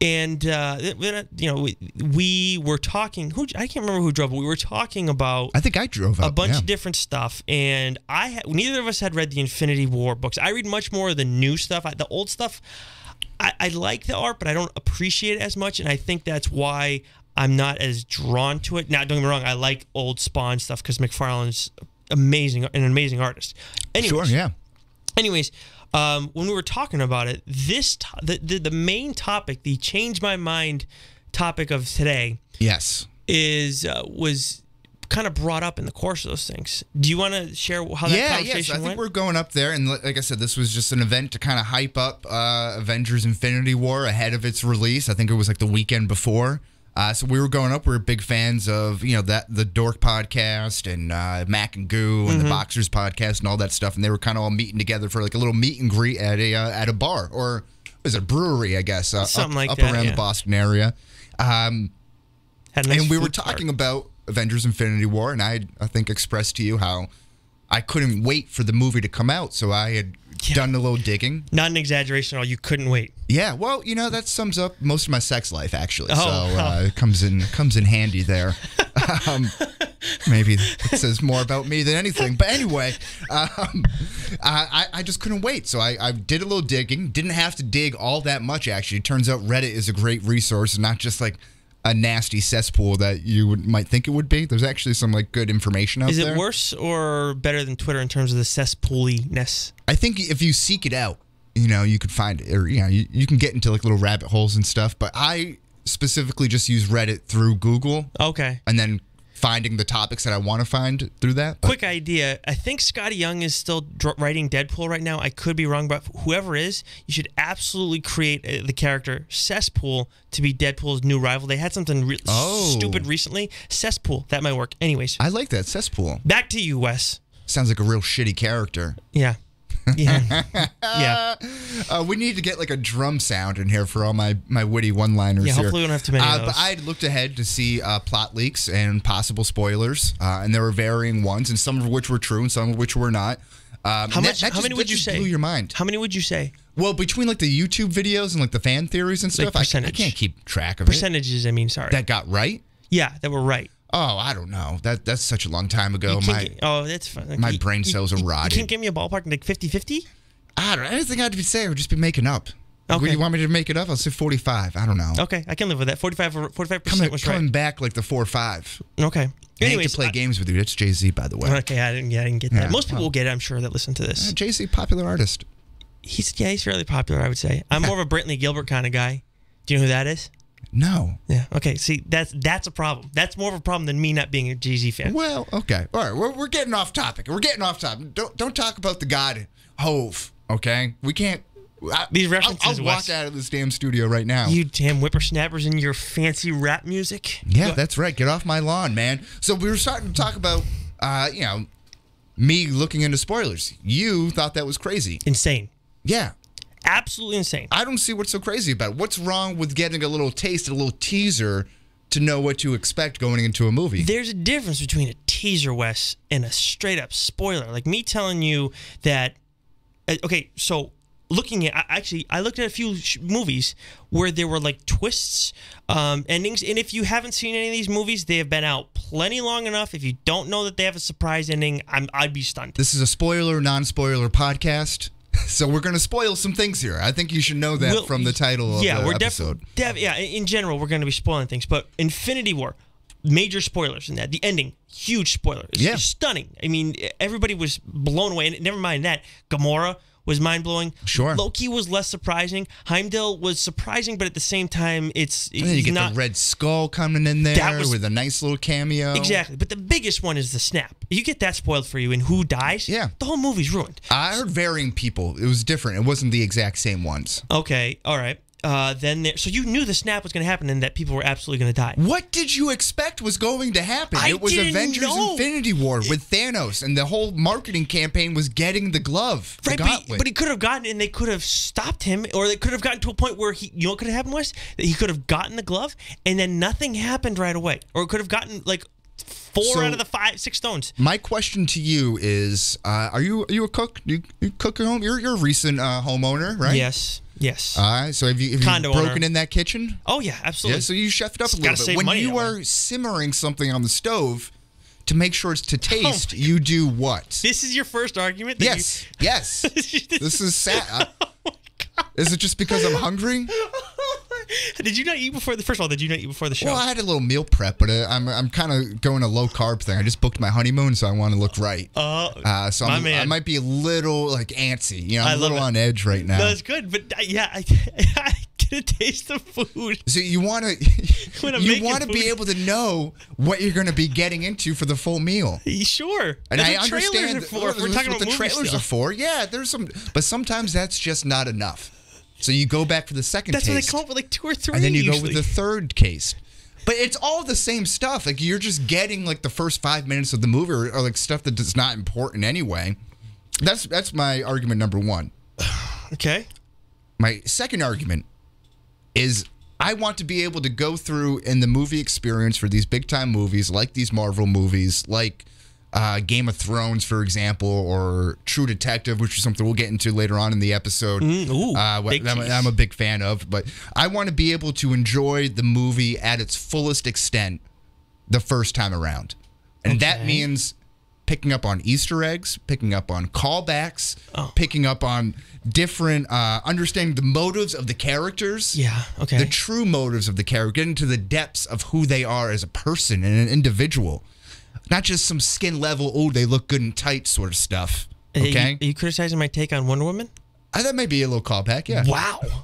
and uh, th- we're not- you know, we, we were talking. Who I can't remember who drove, but we were talking about I think I drove up. a bunch yeah. of different stuff, and I ha- neither of us had read the Infinity War books. I read much more of the new stuff. I, the old stuff, I, I like the art, but I don't appreciate it as much, and I think that's why I'm not as drawn to it. Now, don't get me wrong, I like old Spawn stuff because McFarlane's amazing, an amazing artist. Anyways, Sure. Yeah. Anyways, um, when we were talking about it, this to- the, the the main topic, the change my mind topic of today Yes. is uh, was kind of brought up in the course of those things. Do you want to share how that Yeah, yes. conversation I think went? we're going up there, and li- like I said, this was just an event to kind of hype up uh, Avengers: Infinity War ahead of its release. I think it was like the weekend before. Uh, so we were going up. We were big fans of you know that the Dork podcast and uh, Mac and Goo Mm-hmm. and the Boxers podcast and all that stuff. And they were kind of all meeting together for like a little meet and greet at a uh, at a bar or was it a brewery? I guess uh, Something up, like up that, around yeah. the Boston area. Um, Had a nice and we were food cart. talking about Avengers Infinity War, and I, had, I think, expressed to you how I couldn't wait for the movie to come out. So I had done a little digging. Not an exaggeration at all. You couldn't wait. Yeah, well, you know, that sums up most of my sex life, actually. so Oh, wow. uh, it comes in comes in handy there. um, maybe it says more about me than anything. But anyway, um, I, I- I just couldn't wait. So I, I did a little digging. Didn't have to dig all that much, actually. Turns out Reddit is a great resource, not just like a nasty cesspool that you would, might think it would be. There's actually some like good information out Is there. it worse or better than Twitter in terms of the cesspooliness? I think if you seek it out, you know, you could find it, or you know, you, you can get into like little rabbit holes and stuff. But I specifically just use Reddit through Google Okay. and then finding the topics that I want to find through that. But Quick idea. I think Scotty Young is still dr- writing Deadpool right now. I could be wrong, but whoever is, you should absolutely create uh, the character Cesspool to be Deadpool's new rival. They had something re- Oh. stupid recently. Cesspool. That might work. Anyways, I like that cesspool. back to you, Wes. Sounds like a real shitty character. Yeah. Yeah. yeah. Uh, we need to get like a drum sound in here for all my, my witty one liners. Yeah, here. hopefully we don't have too many Uh, of But those. I had looked ahead to see uh, plot leaks and possible spoilers, uh, and there were varying ones, and some of which were true and some of which were not. Um, How and that- much? that how just- many that would you just say? Blew your mind. How many would you say? Well, between like the YouTube videos and like the fan theories and stuff, I- I, percentage. can't keep track of it. Percentages. I mean, sorry. That got right. yeah, that were right. Oh, I don't know. That that's such a long time ago. You can't My gi- oh, that's fine. Like, my you- brain you- cells are you- You rotted. can't give me a ballpark like 50-50? I don't. I don't think I'd be say. I would just be making up. Like, Okay. you want me to make it up? I'll say forty-five. I don't know. Okay, I can live with that. 45 or 45% Coming, was right. coming back like the four or five. Okay. I hate Anyways, to play I- games with you. That's Jay Z, by the way. Okay, I didn't, yeah, I didn't get that. Yeah, Most people well. will get it, I'm sure, that listen to this. Jay Z, popular artist. He's yeah, he's fairly popular, I would say. I'm more of a Brantley Gilbert kind of guy. Do you know who that is? No. Yeah. Okay. See, that's that's a problem. That's more of a problem than me not being a Jay Z fan. Well, okay. All right. We're, we're getting off topic. We're getting off topic. Don't don't talk about the god Hove. Okay. We can't. I, These I'll- I'll, references, walk Wes. out of this damn studio right now. You damn whippersnappers and your fancy rap music. Yeah, Go- that's right. Get off my lawn, man. So we were starting to talk about, uh, you know, me looking into spoilers. You thought that was crazy. insane. Yeah. Absolutely insane. I don't see what's so crazy about it. What's wrong with getting a little taste, a little teaser to know what to expect going into a movie? There's a difference between a teaser, Wes, and a straight up spoiler. Like me telling you that. uh, Okay, so looking at I- actually, I looked at a few sh- movies where there were like twists, um, endings, and if you haven't seen any of these movies, they have been out plenty long enough. If you don't know that they have a surprise ending, I'm I'd be stunned. this is a spoiler, non spoiler podcast. So we're going to spoil some things here. I think you should know that We'll- from the title of yeah, the we're def- episode. Dev- yeah, in in general, we're going to be spoiling things, but Infinity War, major spoilers in that. The ending, huge spoilers. Yeah. It's stunning. I mean, everybody was blown away. And never mind that, Gamora was mind blowing. Sure. Loki was less surprising. Heimdall was surprising, but at the same time, it's, and then you he's get not the Red Skull coming in there That was- with a nice little cameo. exactly. But the biggest one is the snap. You get that spoiled for you, and who dies? Yeah. the whole movie's ruined. I heard varying people. It was different. It wasn't the exact same ones. Okay, all right. Uh, then there, so you knew the snap was going to happen and that people were absolutely going to die. What did you expect was going to happen? I it was didn't Avengers know. Infinity War with Thanos, and the whole marketing campaign was getting the glove. the Right, but he, gauntlet. but he could have gotten, and they could have stopped him, or they could have gotten to a point where he, you know, what could have happened was that he could have gotten the glove, and then nothing happened right away, or it could have gotten like four So- out of the five, six stones. My question to you is: uh, Are you are you a cook? Do you, you cook your home? You're, you're a recent uh, homeowner, right? Yes, yes. All right. So have you, have Condo you broken owner. in that kitchen? oh yeah, absolutely. Yeah. So you chefed it up a Gotta little bit. save when money you that are way. simmering something on the stove, to make sure it's Oh to taste, you do what? this is your first argument. That Yes. yes. this is sad. Oh I- is it just because I'm hungry? You, did you not eat before the? First of all, did you not eat before the show? Well, I had a little meal prep, but uh, I'm I'm kind of going a low carb thing. I just booked my honeymoon, so I want to look right. Uh, Uh, so my I'm, man. I might be a little like antsy. You know, I'm I a love little it. on edge right now. no, it's good, but uh, yeah, I, I get a taste of food. so you want When to I'm you making want to be food. able to know what you're going to be getting into for the full meal. Sure, And that's I what trailers understand are that- for. if We're that's talking what about the movie trailers stuff. are for. Yeah, there's some, but sometimes that's just not enough. So you go back for the second That's taste. what they come up with like two or three. and then you usually. go with the third case. But it's all the same stuff. Like you're just getting like the first five minutes of the movie, or, or like stuff that is not important anyway. That's that's my argument number one. okay. My second argument is I want to be able to go through in the movie experience for these big time movies, like these Marvel movies, like uh, Game of Thrones, for example, or True Detective, which is something we'll get into later on in the episode. ooh, uh, wh- big I'm, tease. I'm a big fan of, but I want to be able to enjoy the movie at its fullest extent the first time around. And that Okay. means picking up on Easter eggs, picking up on callbacks, Oh. picking up on different, uh, understanding the motives of the characters. Yeah. Okay. The true motives of the character, getting to the depths of who they are as a person and an individual. Not just some skin level, oh, they look good and tight sort of stuff. Are you- Okay? Are you criticizing my take on Wonder Woman? Uh, that may be a little callback, yeah. Wow. That'd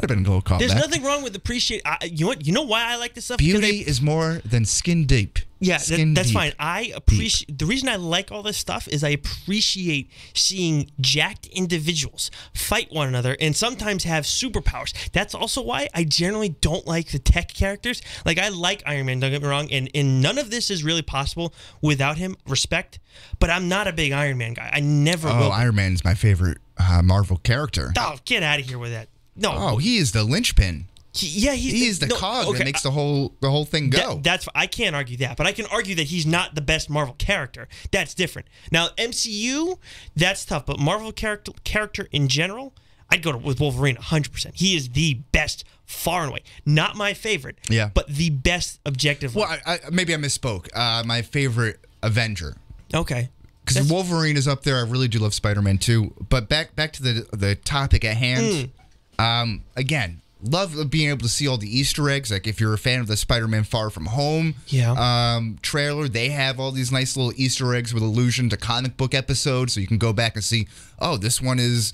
have been a little callback. There's nothing wrong with appreciate. I, you know what? You know why I like this stuff? 'Cause Beauty is more than skin deep. Yeah, that- Skin that's deep. fine. I appreciate the reason I like all this stuff is I appreciate seeing jacked individuals fight one another and sometimes have superpowers. That's also why I generally don't like the tech characters. Like I like Iron Man, don't get me wrong, and, and none of this is really possible without him. Respect, but I'm not a big Iron Man guy. I never Oh, will. be. Iron Man's my favorite uh, Marvel character. oh, get out of here with that. No, Oh, he is the linchpin. he- yeah, he's He is the no, cog okay, that makes the whole the whole thing That- go. that's I can't argue that, but I can argue that he's not the best Marvel character. That's different. Now MCU, that's tough, but Marvel character character in general, I'd go to, with Wolverine 100. percent He is the best far and away. Not my favorite, Yeah. but the best objective. well, I, I, maybe I misspoke. Uh, my favorite Avenger. okay, Because That's- Wolverine is up there. I really do love Spider Man too. But back back to the the topic at Hmm. hand. Um, again, love being able to see all the Easter eggs. Like if you're a fan of the Spider Man Far From Home Yeah. um, trailer, they have all these nice little Easter eggs with allusion to comic book episodes, so you can go back and see. Oh, this one is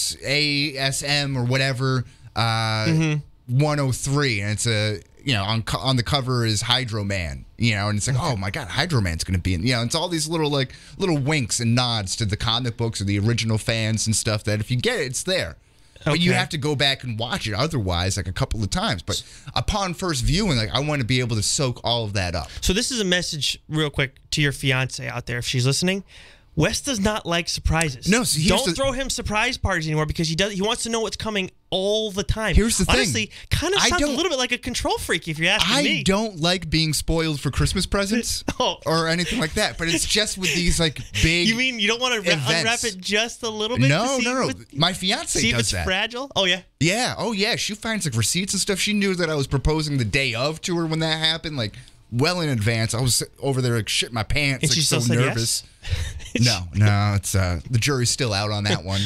PSASM or whatever. Uh, 103 and it's a you know on co- on the cover is Hydro Man you know and it's like oh my god Hydro Man's gonna be in you know it's all these little like little winks and nods to the comic books or the original fans and stuff that if you get it it's there but you Okay. have to go back and watch it otherwise like a couple of times but upon first viewing like I want to be able to soak all of that up so this is a message real quick to your fiance out there if she's listening. Wes does not like surprises. No, so here's don't the- throw him surprise parties anymore because he does. He wants to know what's coming all the time. Here's the thing. honestly, kind of I sounds a don't- little bit like a control freak if you're asking I me. don't like being spoiled for Christmas presents Oh. or anything like that but it's just with these like big You mean you don't want to ra- events. unwrap it just a little bit? to no see no no what- my fiance see if does it's that fragile. Oh yeah. Yeah. Oh, yeah. She finds like receipts and stuff. She knew that I was proposing the day of to her when that happened, like well in advance. I was over there like shit my pants, And like she so still said nervous. no, no, it's uh the jury's still out on that one.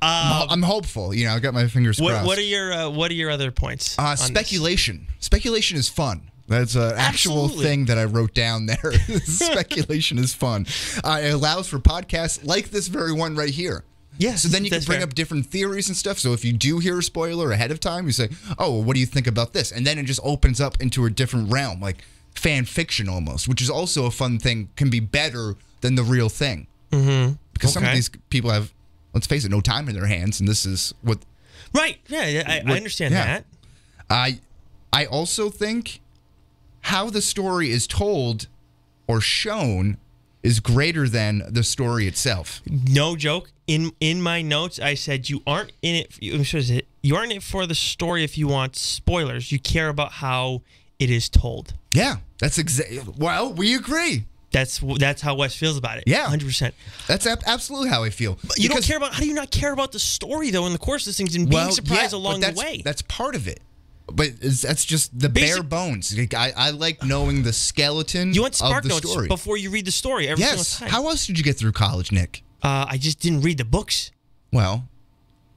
I'm- I'm hopeful, you know. I got my fingers What crossed. What are your uh, What are your other points? uh, on this? speculation? Speculation is fun. That's an actual Absolutely. thing that I wrote down there. speculation is fun. Uh, it allows for podcasts like this very one right here. Yes, So then you can that's bring fair. up different theories and stuff. So if you do hear a spoiler ahead of time, you say, "Oh, well, what do you think about this?" And then it just opens up into a different realm, like fan fiction almost, which is also a fun thing. Can be better than the real thing mm-hmm. because some of Okay. these people have, let's face it, no time in their hands, and this is what Right. Yeah. yeah, I, I understand yeah. that. I. I also think how the story is told or shown is greater than the story itself. No joke. In In my notes, I said you aren't in it. You, what is it? you aren't in it for the story. If you want spoilers, you care about how it is told. Yeah, that's exactly. Well, we agree. That's wh- That's how Wes feels about it. Yeah. Hundred percent. That's ab- absolutely how I feel. You don't Because- care about how do you not care about the story though in the course of things and being surprised yeah, along but that's, the way. That's part of it. But it's, that's just the Basic- bare bones. Like, I, I like knowing the skeleton you want spark of the notes story. before you read the story every yes. single time. How else did you get through college, Nick? Uh, I just didn't read the books. Well,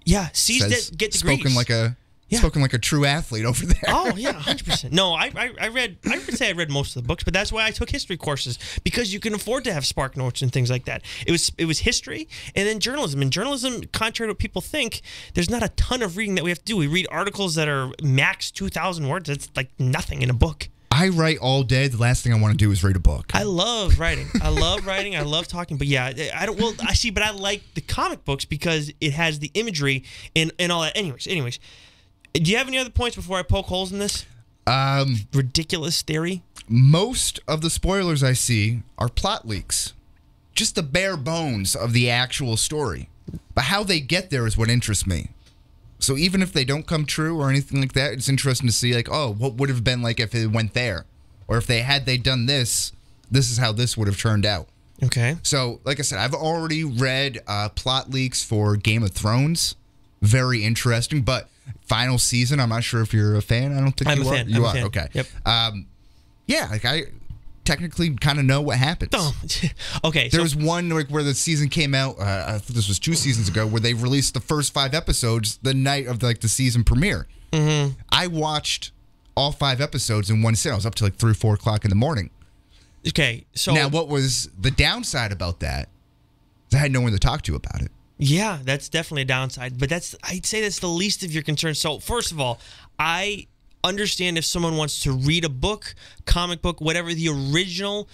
Yeah, sees says, that get degrees. spoken like a Yeah. spoken like a true athlete over there. Oh yeah, hundred percent. No, I, I I read I would say I read most of the books, but that's why I took history courses because you can afford to have spark notes and things like that. It was it was history and then journalism. And journalism, contrary to what people think, there's not a ton of reading that we have to do. We read articles that are max two thousand words. That's like nothing in a book. I write all day. The last thing I want to do is read a book. I love writing. I love writing. I love talking. But yeah, I- I don't. Well, I see, but I like the comic books because it has the imagery and and all that. Anyways, anyways, do you have any other points before I poke holes in this um, ridiculous theory? most of the spoilers I see are plot leaks, just the bare bones of the actual story. But how they get there is what interests me. So even if they don't come true or anything like that, it's interesting to see like, oh, what would have been like if it went there, or if they had they done this, this is how this would have turned out. Okay. So, like I said, I've already read uh, plot leaks for Game of Thrones. Very interesting, but final season. I'm not sure if you're a fan. I don't think I'm you a are. fan. You I'm a are fan. okay. Yep. Um, yeah, like I technically kind of know what happens. Oh, okay. There so, was one like where the season came out. Uh, I think this was two seasons ago, where they released the first five episodes the night of like the season premiere. Mm-hmm. I watched all five episodes in one sitting. I was up to like three, four o'clock in the morning. okay. So Now, what was the downside about that? is I had no one to talk to about it. yeah, that's definitely a downside. But that's I'd say that's the least of your concerns. So first of all, I understand if someone wants to read a book, comic book, whatever the original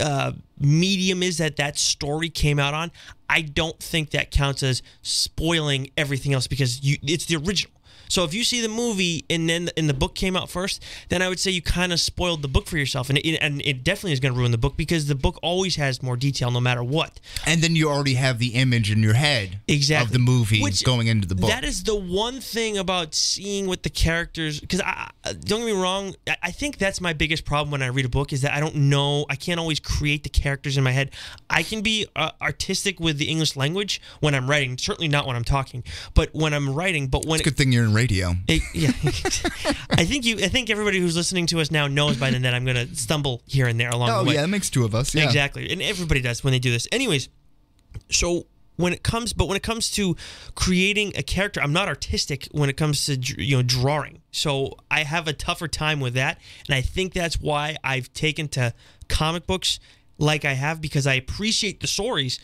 uh, medium is that that story came out on. I don't think that counts as spoiling everything else because you it's the original. So if you see the movie and then and the book came out first, then I would say you kind of spoiled the book for yourself, and it, and it definitely is going to ruin the book because the book always has more detail no matter what. And then you already have the image in your head Exactly. of the movie Which- going into the book. That is the one thing about seeing what the characters. Because I I- don't get me wrong, I- I think that's my biggest problem when I read a book is that I don't know. I can't always create the characters in my head. I can be uh, artistic with the English language when I'm writing. Certainly not when I'm talking, but when I'm writing. But when it's a good thing you're in radio. it- yeah, I think you. I think everybody who's listening to us now knows by then that I'm going to stumble here and there along Oh the way. yeah, that makes two of us. Yeah. Exactly. And everybody does when they do this. Anyways, so when it comes but when it comes to creating a character, I'm not artistic when it comes to dr- you know drawing. So I have a tougher time with that, and I think that's why I've taken to comic books like I have because I appreciate the stories.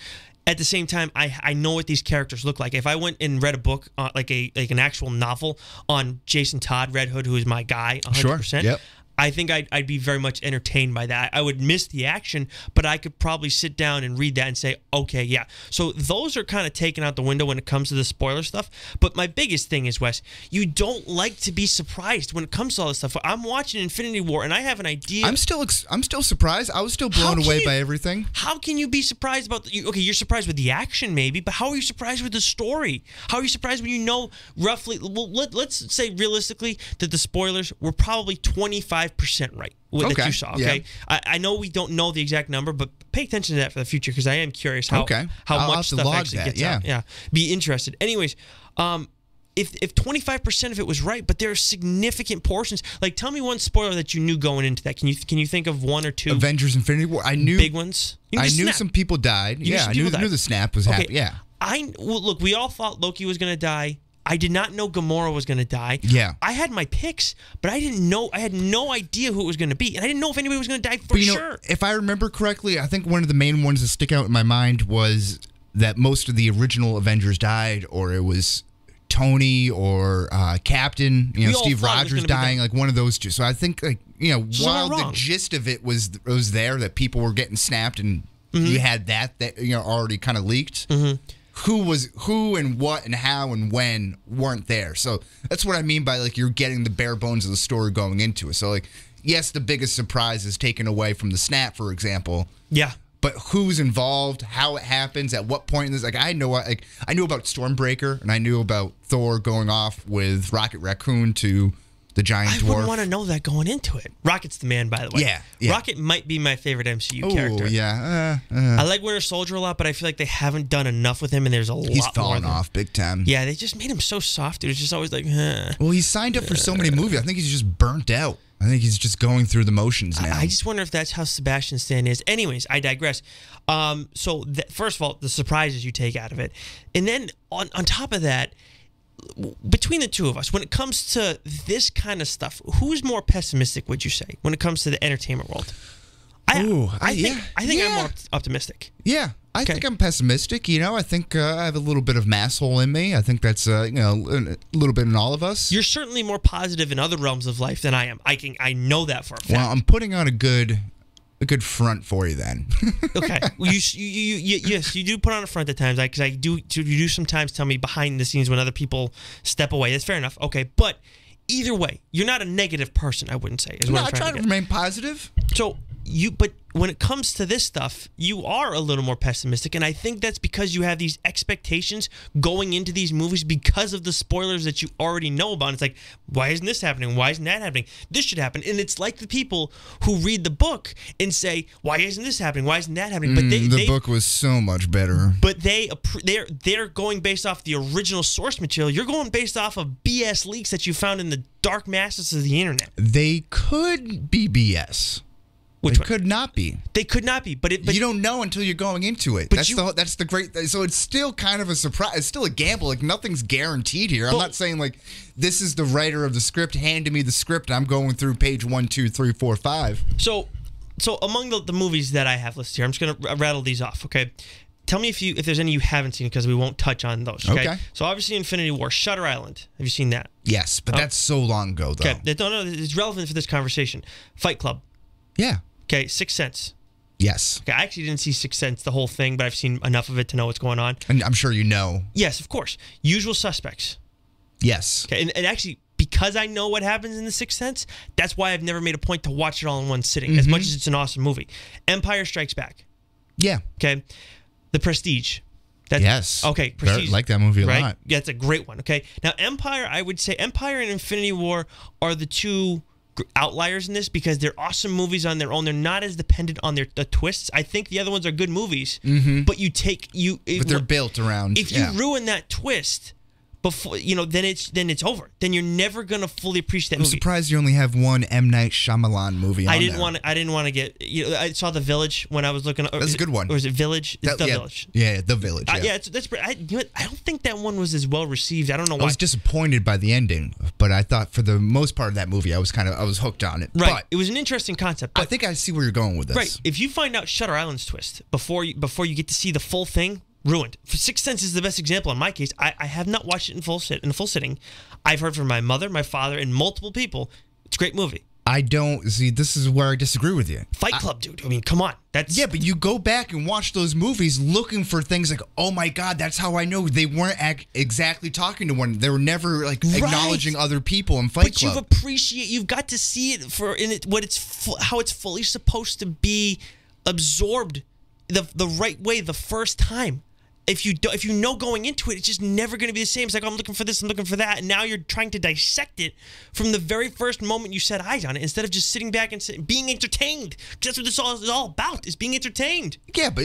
At the same time, I, I know what these characters look like. If I went and read a book, uh, like a like an actual novel on Jason Todd Red Hood, who is my guy, 100%, Sure. Yep. I think I'd, I'd be very much entertained by that. I would miss the action, but I could probably sit down and read that and say, okay, yeah. So those are kind of taken out the window when it comes to the spoiler stuff. But my biggest thing is, Wes, you don't like to be surprised when it comes to all this stuff. I'm watching Infinity War and I have an idea. I'm still ex- I'm still surprised. I was still How blown can away you- by everything. how can you be surprised about the, you, okay you're surprised with the action maybe but how are you surprised with the story how are you surprised when you know roughly well let, let's say realistically that the spoilers were probably 25% right with, that Okay, you saw yeah. okay I, I know we don't know the exact number but pay attention to that for the future because i am curious how, Okay. how I'll have much to stuff log actually that, gets yeah. out yeah be interested anyways um if, if 25% of it was right but there are significant portions like tell me one spoiler that you knew going into that can you can you think of one or two Avengers: Infinity War. I knew big ones You can I just knew snap. some people died. knew yeah, some I knew, people knew died. the snap was happening. Yeah. I well, look. We all thought Loki was gonna die. I did not know Gamora was gonna die. Yeah. I had my picks, but I didn't know. I had no idea who it was gonna be, and I didn't know if anybody was gonna die for But you know, sure. if I remember correctly, I think one of the main ones that stick out in my mind was that most of the original Avengers died, or it was Tony or uh, Captain, you know, We all Steve thought it was Rogers gonna be them. dying, like one of those two. So I think, like, you know, So they're while the wrong. gist of it was was there, that people were getting snapped, and you had that that you know already kind of leaked. Who was who and what and how and when weren't there. So that's what I mean by like you're getting the bare bones of the story going into it. So like, yes, the biggest surprise is taken away from the snap, for example yeah. but who's involved, how it happens, at what point in this. Like I know, like I knew about Stormbreaker, and I knew about Thor going off with Rocket Raccoon to the giant I dwarf. wouldn't want to know that going into it. Rocket's the man, by the way. Yeah, yeah. Rocket might be my favorite MCU oh character. yeah, uh, uh, I like Winter Soldier a lot, but I feel like they haven't done enough with him, and there's a he's lot more. falling than- off big time. Yeah, they just made him so soft, dude. It's just always like, huh. Well, he's signed up for so many movies. I think he's just burnt out. I think he's just going through the motions now. I just wonder if that's how Sebastian Stan is. Anyways, I digress. Um, so th- first of all, the surprises you take out of it, and then on on top of that, w- between the two of us, when it comes to this kind of stuff, who's more pessimistic? Would you say when it comes to the entertainment world? I, Ooh, I, I- think yeah, I think I'm yeah. more opt- optimistic. Yeah, I Okay. think I'm pessimistic. You know, I think uh, I have a little bit of mass hole in me. I think that's uh, you know a little bit in all of us. You're certainly more positive in other realms of life than I am. I can I know that for a fact. well, I'm putting on a good a good front for you then. okay. Well, you, you, you, you, yes, you do put on a front at times, because I do. You do sometimes tell me behind the scenes when other people step away. That's fair enough. Okay, but either way, you're not a negative person. I wouldn't say. Is what no, I'm I trying try to to get. remain positive. So you, but when it comes to this stuff, you are a little more pessimistic, and I think that's because you have these expectations going into these movies because of the spoilers that you already know about. It's like, why isn't this happening? Why isn't that happening? This should happen, and it's like the people who read the book and say, why isn't this happening? Why isn't that happening? But they, Mm, the they book was so much better. but they appr- they're they're going based off the original source material. You're going based off of BS leaks that you found in the dark masses of the internet. They could be BS. Which They one? could not be. they could not be, but it but you don't know until you're going into it. That's you- the whole- that's the great. So it's still kind of a surprise. It's still a gamble. Like nothing's guaranteed here. I'm But- not saying like this is the writer of the script handed me the script. I'm going through page one, two, three, four, five. so so among the, the movies that I have listed here, I'm just gonna r- rattle these off. Okay, tell me if you if there's any you haven't seen because we won't touch on those. Okay? Okay. So obviously, Infinity War, Shutter Island. Have you seen that? Yes, Oh. but that's so long ago though. Okay. that- No, no, it's relevant for this conversation. Fight Club. Yeah. Okay. Sixth Sense. Yes. Okay. I actually didn't see Sixth Sense the whole thing, but I've seen enough of it to know what's going on. And I'm sure you know. Yes, of course. Usual Suspects. Yes. Okay. And, and actually, because I know what happens in The Sixth Sense, that's why I've never made a point to watch it all in one sitting, as Mm-hmm. much as it's an awesome movie. Empire Strikes Back. Yeah. Okay. The Prestige. That's, Yes. Okay. Very- Prestige. like that movie a right? lot. Yeah, it's a great one. Okay. Now, Empire, I would say Empire and Infinity War are the two gr- outliers in this because they're awesome movies on their own. They're not as dependent on their the twists. I think the other ones are good movies, but you take you. Mm-hmm. But they're built around. if yeah. you ruin that twist before, you know, then it's then it's over. Then you're never gonna fully appreciate that I'm movie. surprised you only have one M Night Shyamalan movie. On I didn't there. want to. I didn't want to get. You know, I saw The Village when I was looking. That's a good one. Or is it Village? It's That- The yeah, Village. Yeah, the village. Yeah. I, yeah, it's, that's. pre- I, you know, what? I don't think that one was as well received. I don't know I why. was disappointed by the ending, but I thought for the most part of that movie, I was kind of I was hooked on it. right. But it was an interesting concept. I But think I see where you're going with this. right, if you find out Shutter Island's twist before you, before you get to see the full thing, ruined. For Sixth Sense is the best example in my case. I, I have not watched it in full sit in a full sitting. I've heard from my mother, my father, and multiple people. It's a great movie. I don't see. This is where I disagree with you. Fight Club, dude. I mean, come on. That's Yeah, but you go back and watch those movies looking for things like, oh my God, that's how I know they weren't ac- exactly talking to one. They were never like acknowledging other people in Fight but you've Club. appreciate you've got to see it for in it what it's fu- how it's fully supposed to be absorbed the the right way the first time if you do, if you know going into it it's just never going to be the same it's like oh, i'm looking for this i'm looking for that and now you're trying to dissect it from the very first moment you set eyes on it instead of just sitting back and sit, being entertained 'Cause that's what this all is all about is being entertained yeah, but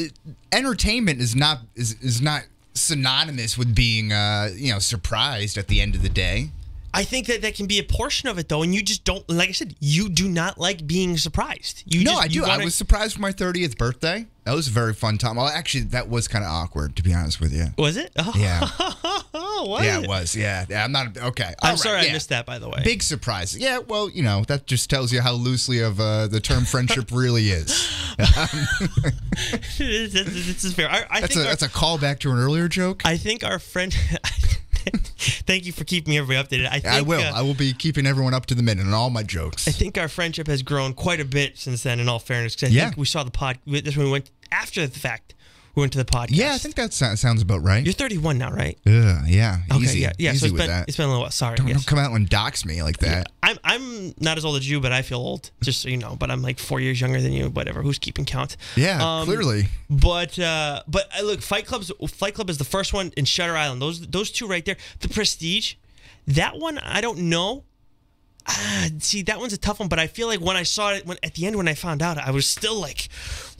entertainment is not is, is not synonymous with being uh, you know surprised at the end of the day. I think that that can be a portion of it though, and you just don't. Like I said, you do not like being surprised. You No, just, I you do. I wanna- was surprised for my 30th birthday. That was a very fun time. Well, actually, that was kind of awkward to be honest with you. Was it? Oh, Yeah, what? yeah, it was. Yeah, yeah I'm not okay. I'm All right, sorry I yeah. missed that, by the way. Big surprise. Yeah, well, you know, that just tells you how loosely of uh, the term friendship really is. this, this- this is fair. I, I That's a think our, that's a callback to an earlier joke. I, I think our friend. thank you for keeping everybody updated. I think, will. uh, I will be keeping everyone up to the minute on all my jokes. I think our friendship has grown quite a bit since then. In all fairness, 'cause I Yeah. think we saw the pod. That's when we went after the fact. We went to the podcast. yeah, I think that so- sounds about right. you're 31 now, right? Ugh, yeah, Okay, easy, yeah, yeah. easy so it's with been that. it's been a little while. Sorry. Don't, yes. don't come out and dox me like that. I'm I'm not as old as you, but I feel old. Just so you know, but I'm like four years younger than you. Whatever. Who's keeping count? Yeah, Um, clearly. But uh, but uh, look, Fight Club's Fight Club is the first one in Shutter Island. Those those two right there. The Prestige, that one I don't know. Ah, see, that one's a tough one. But I feel like when I saw it when, at the end when I found out, I was still like,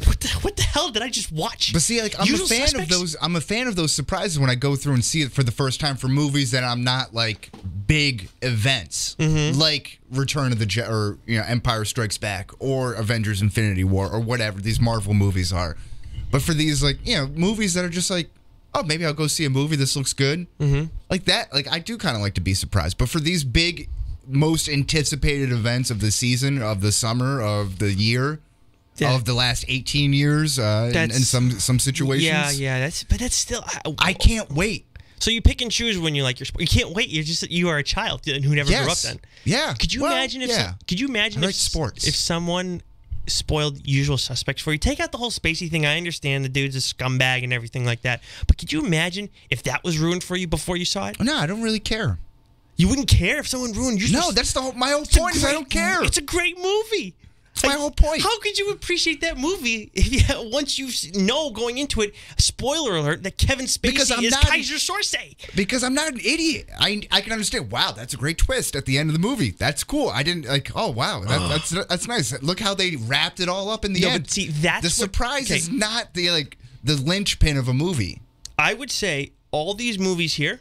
what the what the hell did I just watch? But see, like I'm Usual a fan Suspects? of those. I'm a fan of those surprises when I go through and see it for the first time for movies that I'm not like big events, Mm-hmm. like Return of the Je- or you know Empire Strikes Back or Avengers: Infinity War or whatever these Marvel movies are. But for these like you know movies that are just like, oh maybe I'll go see a movie. This looks good, mm-hmm. like that. Like I do kind of like to be surprised. But for these big, most anticipated events of the season, of the summer, of the year. Yeah. Of the last 18 years, uh, in, in That's- some some situations. Yeah, yeah. That's but that's still I, I can't wait. So you pick and choose when you like your sport. You can't wait. You're just you are a child who never grew up Yes. then. Yeah. Could you Well, imagine if? yeah. some- could you I imagine if like sports. if someone spoiled Usual Suspects for you? Take out the whole Spacey thing. I understand the dude's a scumbag and everything like that. But could you imagine if that was ruined for you before you saw it? No, I don't really care. You wouldn't care if someone ruined Usual. No, Sus- that's the whole, my whole It's a point. is I great- don't care. It's a great movie. That's my whole point. How could you appreciate that movie if you, once you s- know going into it? Spoiler alert: that Kevin Spacey Because I'm is not- Kaiser Sorsay. because I'm not an idiot. I I can understand. Wow, that's a great twist at the end of the movie. That's cool. I didn't like. Oh wow, that, that's that's nice. Look how they wrapped it all up in the No, end. but see, that's the what- surprise is okay. not the like the linchpin of a movie. I would say all these movies here,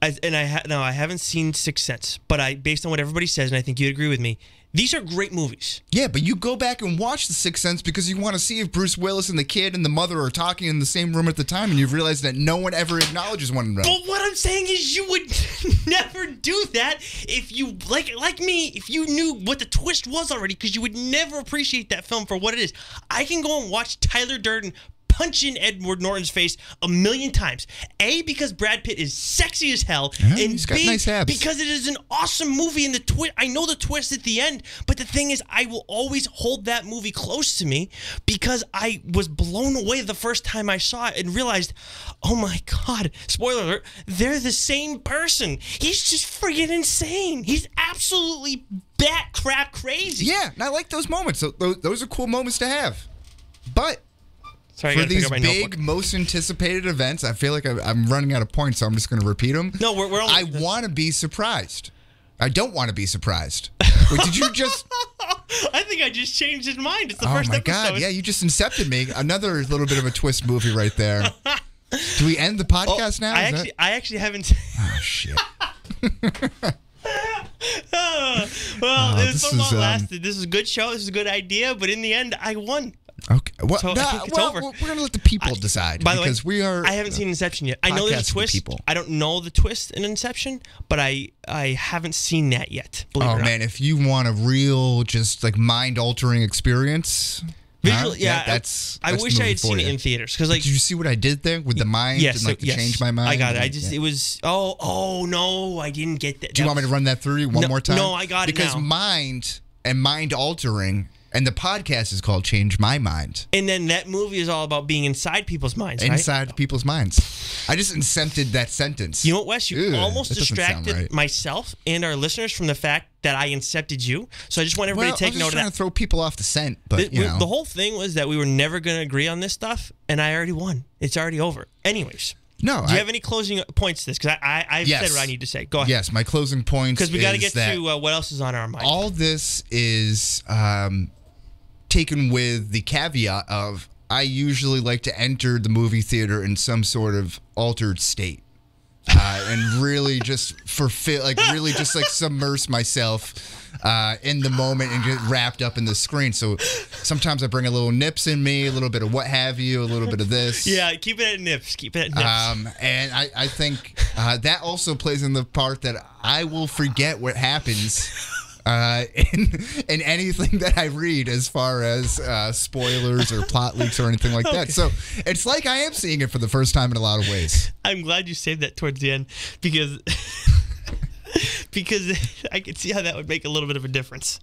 as, and I ha- now I haven't seen Sixth Sense, but I based on what everybody says, and I think you'd agree with me. These are great movies. Yeah, but you go back and watch The Sixth Sense because you want to see if Bruce Willis and the kid and the mother are talking in the same room at the time, and you realize that no one ever acknowledges one another. But what I'm saying is, you would never do that if you like like me. If you knew what the twist was already, because you would never appreciate that film for what it is. I can go and watch Tyler Durden punch in Edward Norton's face a million times. A because Brad Pitt is sexy as hell, and he's got B nice abs. because it is an awesome movie. And the twist, I know the twist at the end, but the thing is, I will always hold that movie close to me because I was blown away the first time I saw it and realized, oh my god! Spoiler alert: they're the same person. He's just freaking insane. He's absolutely bat crap crazy. Yeah, and I like those moments. Tho- tho- Those are cool moments to have. But Sorry, I for gotta pick these up my big, notebook. most anticipated events, I feel like I- I'm running out of points, so I'm just going to repeat them. No, we're- we're only- I want to be surprised. I don't want to be surprised. Wait, did you just? I think I just changed his mind. It's the oh first my episode. god! Yeah, you just incepted me. Another little bit of a twist movie right there. Do we end the Oh, podcast now? I Is actually, that- I actually haven't. oh, shit. well, it was this so long is, um, lasted. This is a good show. This is a good idea. But in the end, I won. Okay. Well, So I nah, think it's well, over. we're going to let the people decide By the because way, we are. I haven't seen Inception yet. I know podcast there's of the a twist. people. I don't know the twist in Inception, but I I haven't seen that yet. Believe it Oh or man, not. if you want a real, just like mind-altering experience, Visually, huh? yeah, That- that's. I, I that's the wish I movie had for seen you. it in theaters because like Did you see what I did there with the mind yes, and like so- to yes. change my mind? I got it. I and- just yeah. it was oh oh no, I didn't get that. Do you want me to run that through you one No- more time? no, I got it because now. mind and mind altering, and the podcast is called "Change My Mind." And then that movie is all about being inside people's minds, right? Inside people's minds. I just incepted that sentence. You know what, Wes? You Ew, almost that doesn't sound distracted right. myself and our listeners from the fact that I incepted you. So I just want Well, everybody to I take was note just of trying that. to throw people off the scent, but Th- you we- know, The whole thing was that we were never going to agree on this stuff, and I already won. It's already over. Anyways, no. do you I- have any closing points to this? Because I, I, I've Yes. said what I need to say. Go ahead. Yes, my closing point. Because we got to get that to uh, what else is on our mind. all this is um, taken with the caveat of I usually like to enter the movie theater in some sort of altered state. Uh, and really just fulfill, like really just like submerse myself uh, in the moment and get wrapped up in the screen. So sometimes I bring a little nips in me, a little bit of what have you, a little bit of this. yeah, keep it at nips. Keep it at nips. Um, and I, I think uh, that also plays in the part that I will forget what happens uh, in, in anything that I read as far as uh, spoilers or plot leaks or anything like that. So it's like I am seeing it for the first time in a lot of ways. I'm glad you saved that towards the end because because I could see how that would make a little bit of a difference.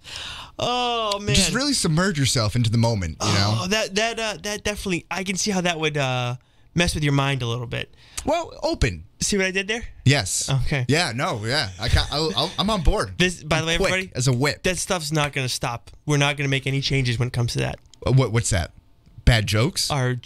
Oh man. Just really submerge yourself into the moment, you know? Oh, that that uh, that definitely. I can see how that would uh, mess with your mind a little bit. well, open. See what I did there? Yes. Okay. Yeah, no, yeah. I ca I'll, I'll, I'm on board. This, by the way, Quick everybody, as a whip. that stuff's not going to stop. We're not going to make any changes when it comes to that. what, what's that? Bad jokes? Our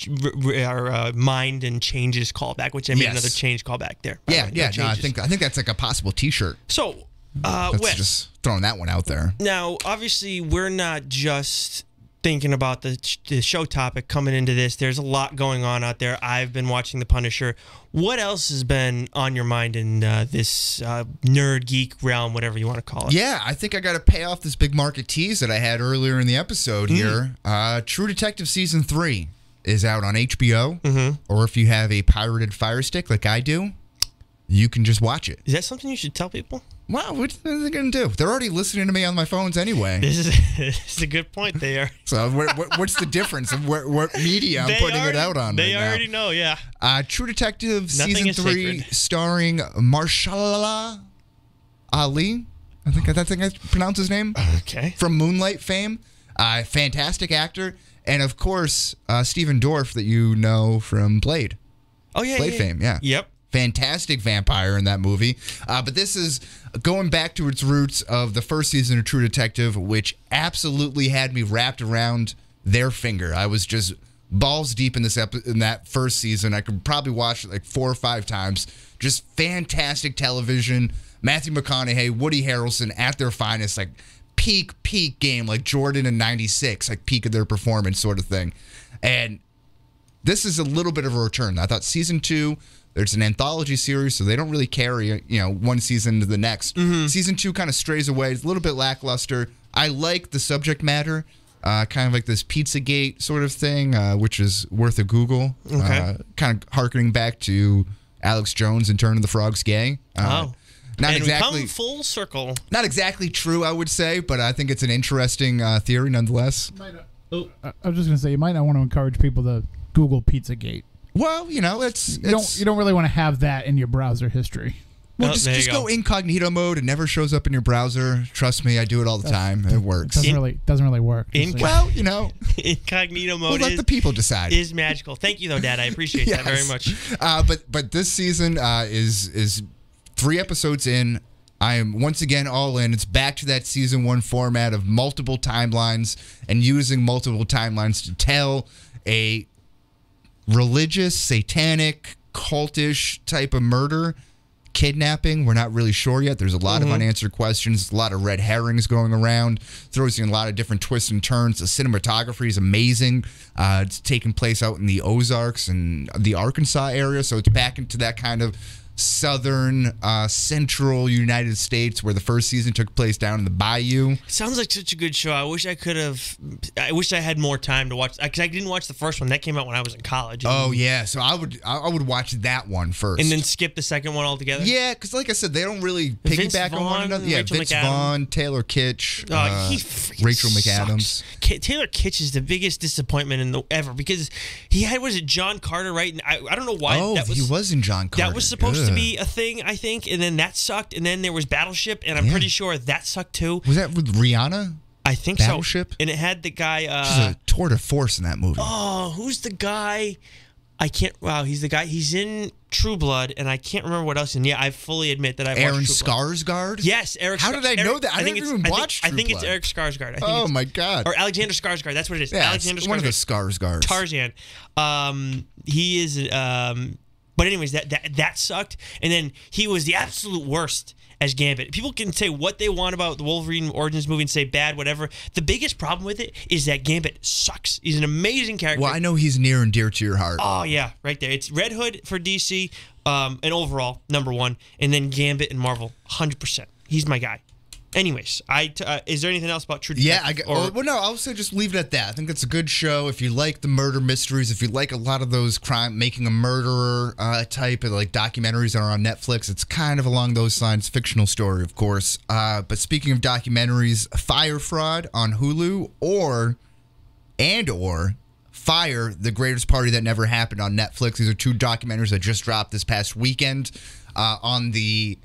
our uh, mind and changes callback, which I made Yes. another change callback there. by the yeah, way, no yeah. No, I changes. think I think that's like a possible T-shirt. so. Uh, That's Wes, just throwing that one out there. Now, obviously, we're not just thinking about the, the show topic coming into this. There's a lot going on out there. I've been watching The Punisher. What else has been on your mind in uh, this uh, nerd geek realm, whatever you want to call it? Yeah, I think I got to pay off this big market tease that I had earlier in the episode Hmm. here. Uh, True Detective season three is out on HBO, Mm-hmm. or if you have a pirated Fire Stick like I do, you can just watch it. Is that something you should tell people? Wow, what are they gonna do? They're already listening to me on my phones anyway. This is, this is a good point. They are. So what, what, what's the difference of what, what media I'm they putting already- it out on? They right now? already know, yeah. Uh, True Detective Nothing season is three, sacred. starring Marshala Ali. I think I think I pronounced his name Okay. from Moonlight fame. Uh, fantastic actor, and of course uh, Stephen Dorff that you know from Blade. Oh, yeah. Blade yeah. fame, yeah. Yep. Fantastic vampire in that movie. Uh, but this is going back to its roots of the first season of True Detective, which absolutely had me wrapped around their finger. I was just balls deep in this epi- in that first season. I could probably watch it like four or five times. Just fantastic television. Matthew McConaughey, Woody Harrelson at their finest, like peak peak game, like Jordan in '96, like peak of their performance, sort of thing. And this is a little bit of a return. I thought season two, there's an anthology series, so they don't really carry you know one season to the next. Mm-hmm. Season two kind of strays away. It's a little bit lackluster. I like the subject matter, uh, kind of like this PizzaGate sort of thing, uh, which is worth a Google. Okay. Uh, kind of harkening back to Alex Jones and Turn of the Frogs Gay. Uh, Wow. Not Oh. and exactly. come full circle. not exactly true, I would say, but I think it's an interesting uh, theory nonetheless. I I was just gonna say you might not want to encourage people to Google Pizzagate. Well, you know, it's, You it's- don't you don't really want to have that in your browser history. well, Oh, just, there you just go. go. incognito mode. It never shows up in your browser. Trust me, I do it all the time. It works. Doesn't really doesn't really work. Just in- like- Well, you know, Incognito we'll mode let is, the people decide. is magical. Thank you, though, Dad. I appreciate that very Yes. much. Uh, but but this season uh, is is three episodes in. I am once again all in. It's back to that season one format of multiple timelines and using multiple timelines to tell a religious, satanic, cultish type of murder, kidnapping. We're not really sure yet. There's a lot of unanswered questions, a lot of red herrings going around, throws in a lot of different twists and turns. The cinematography is amazing. Uh, it's taking place out in the Ozarks and the Arkansas area, so it's back into that kind of southern uh, central United States where the first season took place down in the bayou. Sounds like such a good show. I wish I could have. I wish I had more time to watch. Because I didn't watch the first one. That came out when I was in college. Oh yeah, so I would I I would watch that one first. And then skip the second one altogether. Yeah, because like I said, they don't really Vince piggyback on Vaughn, one another. Yeah, Rachel Vince McAdams. Vaughn, Taylor Kitsch, Oh, uh, he freaking Rachel sucks. McAdams. Ki- Taylor Kitsch is the biggest disappointment in the ever because he had was it John Carter right? And I, I don't know why oh, that was he was in John Carter. that was supposed to Ugh. be a thing I think, and then that sucked, and then there was Battleship, and I'm Yeah. pretty sure that sucked too. Was that with Rihanna? I think Battleship? so. And it had the guy. She's Uh, a tour de force in that movie. oh, who's the guy? I can't. Wow, he's the guy. He's in True Blood, and I can't remember what else. And yeah, I fully admit that I Aaron watched True Blood. Skarsgård. Yes, Eric. How Skar- did I know Eric- that? I didn't think it's- even I think- watch I True think it's Blood. Eric Skarsgård. I think Oh it's- my God. Or Alexander Skarsgård. That's what it is. yeah, Alexander it's one of Skarsgård. those Skarsgårds. Tarzan. Um, he is. Um, but anyways, that, that that sucked. And then he was the absolute worst as Gambit. People can say what they want about the Wolverine Origins movie and say bad, whatever. The biggest problem with it is that Gambit sucks. He's an amazing character. Well, I know he's near and dear to your heart. Oh yeah, right there. It's Red Hood for DC, um, and overall number one, and then Gambit and Marvel, hundred percent. He's my guy. Anyways, I t- uh, is there anything else about True Yeah, I Detective gu- or- well, well, no, I'll say just leave it at that. I think it's a good show. If you like the murder mysteries, if you like a lot of those crime, making a murderer uh, type of like documentaries that are on Netflix, it's kind of along those lines. Fictional story, of course. Uh, but speaking of documentaries, Fire Fraud on Hulu or and or Fire, the greatest party that never happened on Netflix. These are two documentaries that just dropped this past weekend uh, on the.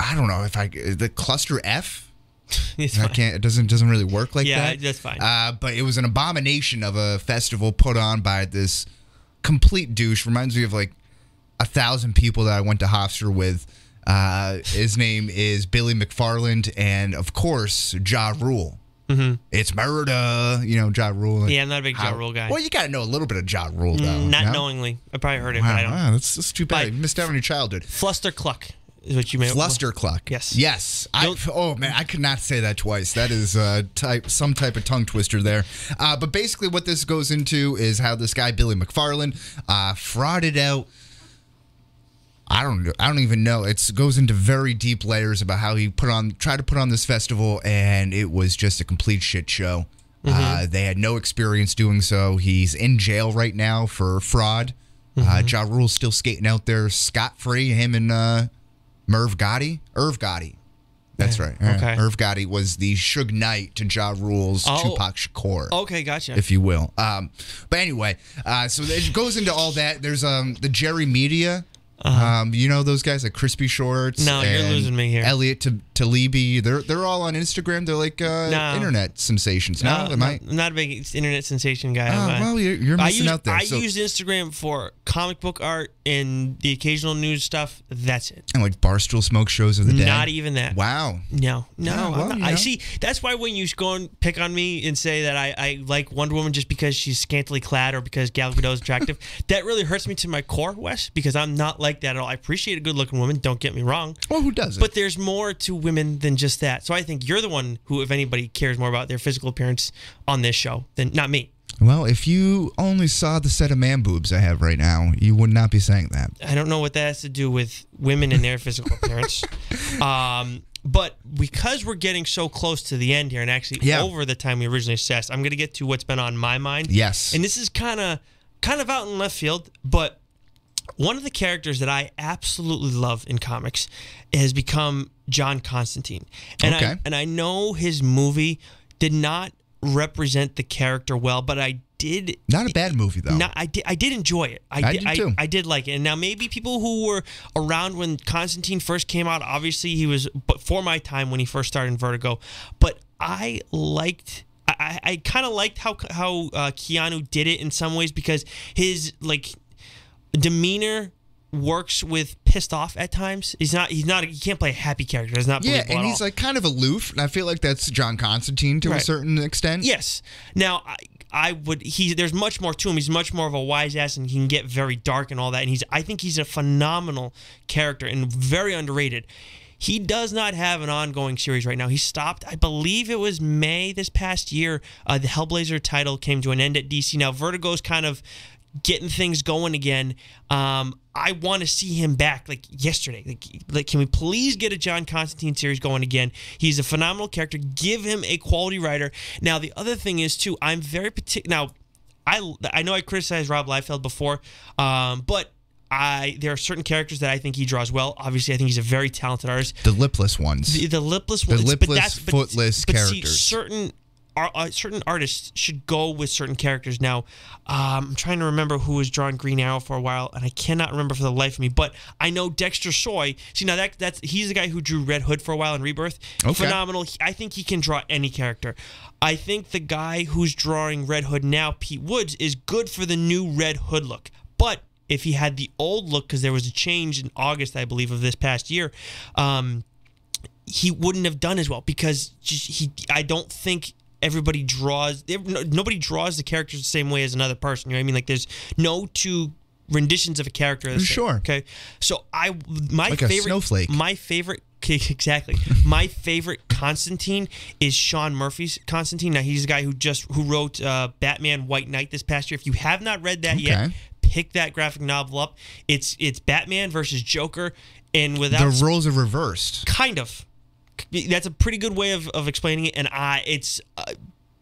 I don't know if I the cluster F It's I fine. can't. It doesn't doesn't really work like Yeah, that. that's fine. Uh, but it was an abomination of a festival put on by this complete douche. Reminds me of like a thousand people that I went to Hofstra with. Uh, his name is Billy McFarland, and of course Ja Rule. Mm-hmm. It's murder, you know Ja Rule. Yeah, I'm not a big Ja How- Rule guy. Mm, Well, you got to know a little bit of Ja Rule, though. Not no? knowingly, I probably heard it, Wow, but I don't. wow, that's, that's too bad. But- you missed out on your childhood. Fluster Cluck is what you may. Fluster cluck. Yes. Yes. I, Don't- oh man, I could not say that twice. That is uh, type some type of tongue twister there. Uh, but basically, what this goes into is how this guy Billy McFarland uh, frauded out. I don't. I don't even know. It goes into very deep layers about how he put on, tried to put on this festival, and it was just a complete shit show. Uh, Mm-hmm. they had no experience doing so. He's in jail right now for fraud. Mm-hmm. Uh, ja Rule's still skating out there scot free. Him and uh, Merv Gotti, Irv Gotti. That's right. Yeah. okay. Irv Gotti was the Suge Knight to Ja Rule's Oh. Tupac Shakur Okay, gotcha. if you will. Um, but anyway, uh, so it goes into all that. There's um, the Jerry Media. Um, you know those guys like Crispy Shorts. Uh-huh. No, you're and losing me here. Elliot Ta- Talibi. They're they're all on Instagram. They're like uh, No. internet sensations. No, Uh, am I? not, not a big internet sensation guy. Oh, am I? well, you're- you're I missing use, out there, I so- use Instagram for comic book art and the occasional news stuff. That's it. And like barstool smoke shows of the day. Not even that. Wow. No, no. Yeah, I'm well, not- you I know. see. That's why when you go and pick on me and say that I, I like Wonder Woman just because she's scantily clad or because Gal Gadot is attractive, that really hurts me to my core, Wes, because I'm not like that at all. I appreciate a good looking woman. Don't get me wrong. Well, who does it? But there's more to women than just that. So I think you're the one who, if anybody cares more about their physical appearance on this show, than not me. well, if you only saw the set of man boobs I have right now, you would not be saying that. I don't know what that has to do with women and their physical appearance. Um, but because we're getting so close to the end here and actually Yeah. over the time we originally assessed, I'm going to get to what's been on my mind. Yes. And this is kind of kind of out in left field, but one of the characters that I absolutely love in comics has become John Constantine. And I Okay. and I know his movie did not represent the character well, but I did Not a bad movie though. not, I did. I did enjoy it. I, I did, did, too. I, I did like it. And now maybe people who were around when Constantine first came out, obviously he was before my time when he first started in Vertigo, but I liked. I, I kind of liked how how uh, Keanu did it in some ways because his like demeanor works with pissed off at times. He's not. He's not. He can't play a happy character. It's not. yeah, believable and at he's all. like kind of aloof, and I feel like that's John Constantine to a Right. certain extent. Yes. Now I I would he there's much more to him. He's much more of a wise ass and he can get very dark and all that. And he's I think he's a phenomenal character and very underrated. He does not have an ongoing series right now. He stopped, I believe it was May this past year. Uh, the Hellblazer title came to an end at DC. Now Vertigo's kind of getting things going again. Um, I want to see him back like yesterday. Like, like, can we please get a John Constantine series going again? He's a phenomenal character. Give him a quality writer. Now, the other thing is too, I'm very particular. Now, I I know I criticized Rob Liefeld before, um, but I there are certain characters that I think he draws well. Obviously, I think he's a very talented artist. The lipless ones. The, the lipless ones, but lipless, that's, but, footless but characters. See, certain ar- uh, certain artists should go with certain characters. Now, um, I'm trying to remember who was drawing Green Arrow for a while, and I cannot remember for the life of me. But I know Dexter Soy. See, now that that's he's the guy who drew Red Hood for a while in Rebirth. Okay. Phenomenal. He- I think he can draw any character. I think the guy who's drawing Red Hood now, Pete Woods, is good for the new Red Hood look, but. If he had the old look, because there was a change in August, I believe, of this past year, um, he wouldn't have done as well because just he I don't think everybody draws there- no- nobody draws the characters the same way as another person you know what I mean like there's no two renditions of a character are the same, Sure. okay so I my Like a favorite snowflake. my favorite exactly my favorite Constantine is Sean Murphy's Constantine now he's the guy who just who wrote uh, Batman White Knight this past year if you have not read that yet Okay. pick that graphic novel up it's it's Batman versus Joker and without the roles are reversed. kind of that's a pretty good way of, of explaining it and i it's uh,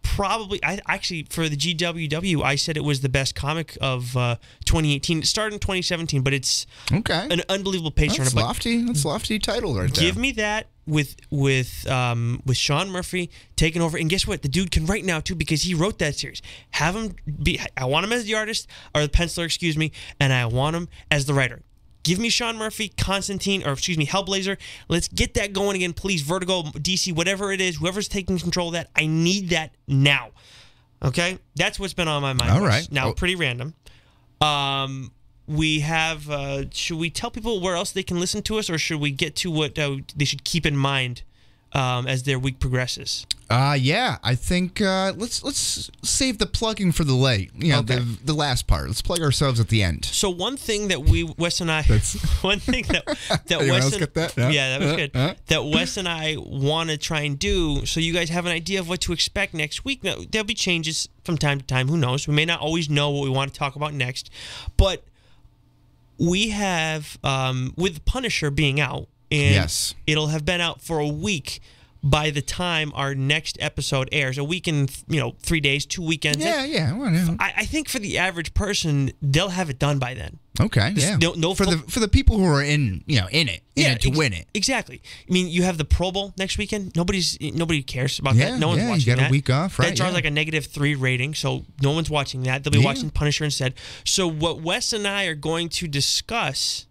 probably i actually for the gww i said it was the best comic of uh, 2018 it started in 2017 but it's Okay. an unbelievable page turner That's but lofty. That's lofty title right there. give me that with with um with sean murphy taking over and guess what the dude can write now too because he wrote that series have him be i want him as the artist or the penciler excuse me and i want him as the writer Give me Sean Murphy, Constantine, or excuse me, Hellblazer. Let's get that going again, please. Vertigo, DC, whatever it is, whoever's taking control of that, I need that now. Okay, that's what's been on my mind. All Wes. right. Now, Oh. pretty random. Um, we have. Uh, should we tell people where else they can listen to us, or should we get to what uh, they should keep in mind um, as their week progresses? Uh yeah, I think uh, let's let's save the plugging for the late. You know, Okay. the the last part. Let's plug ourselves at the end. So one thing that we Wes and I one thing that that Anyone else Wes and, get that? Yeah. yeah that was Uh, good uh. that Wes and I want to try and do so you guys have an idea of what to expect next week. Now, there'll be changes from time to time. Who knows? We may not always know what we want to talk about next, but we have um, with Punisher being out and Yes. it'll have been out for a week. By the time our next episode airs, a week and you know three days, two weekends. Yeah, yeah. Well, yeah. I, I think for the average person, they'll have it done by then. Okay. Yeah. no- no for fo- the for the people who are in you know in it in it to ex- win it. Exactly. I mean, you have the Pro Bowl next weekend. Nobody's nobody cares about Yeah, that. No one's yeah, you watching got a that. week off, right, That draws yeah. like a negative three rating, so no one's watching that. They'll be Yeah. watching Punisher instead. So what Wes and I are going to discuss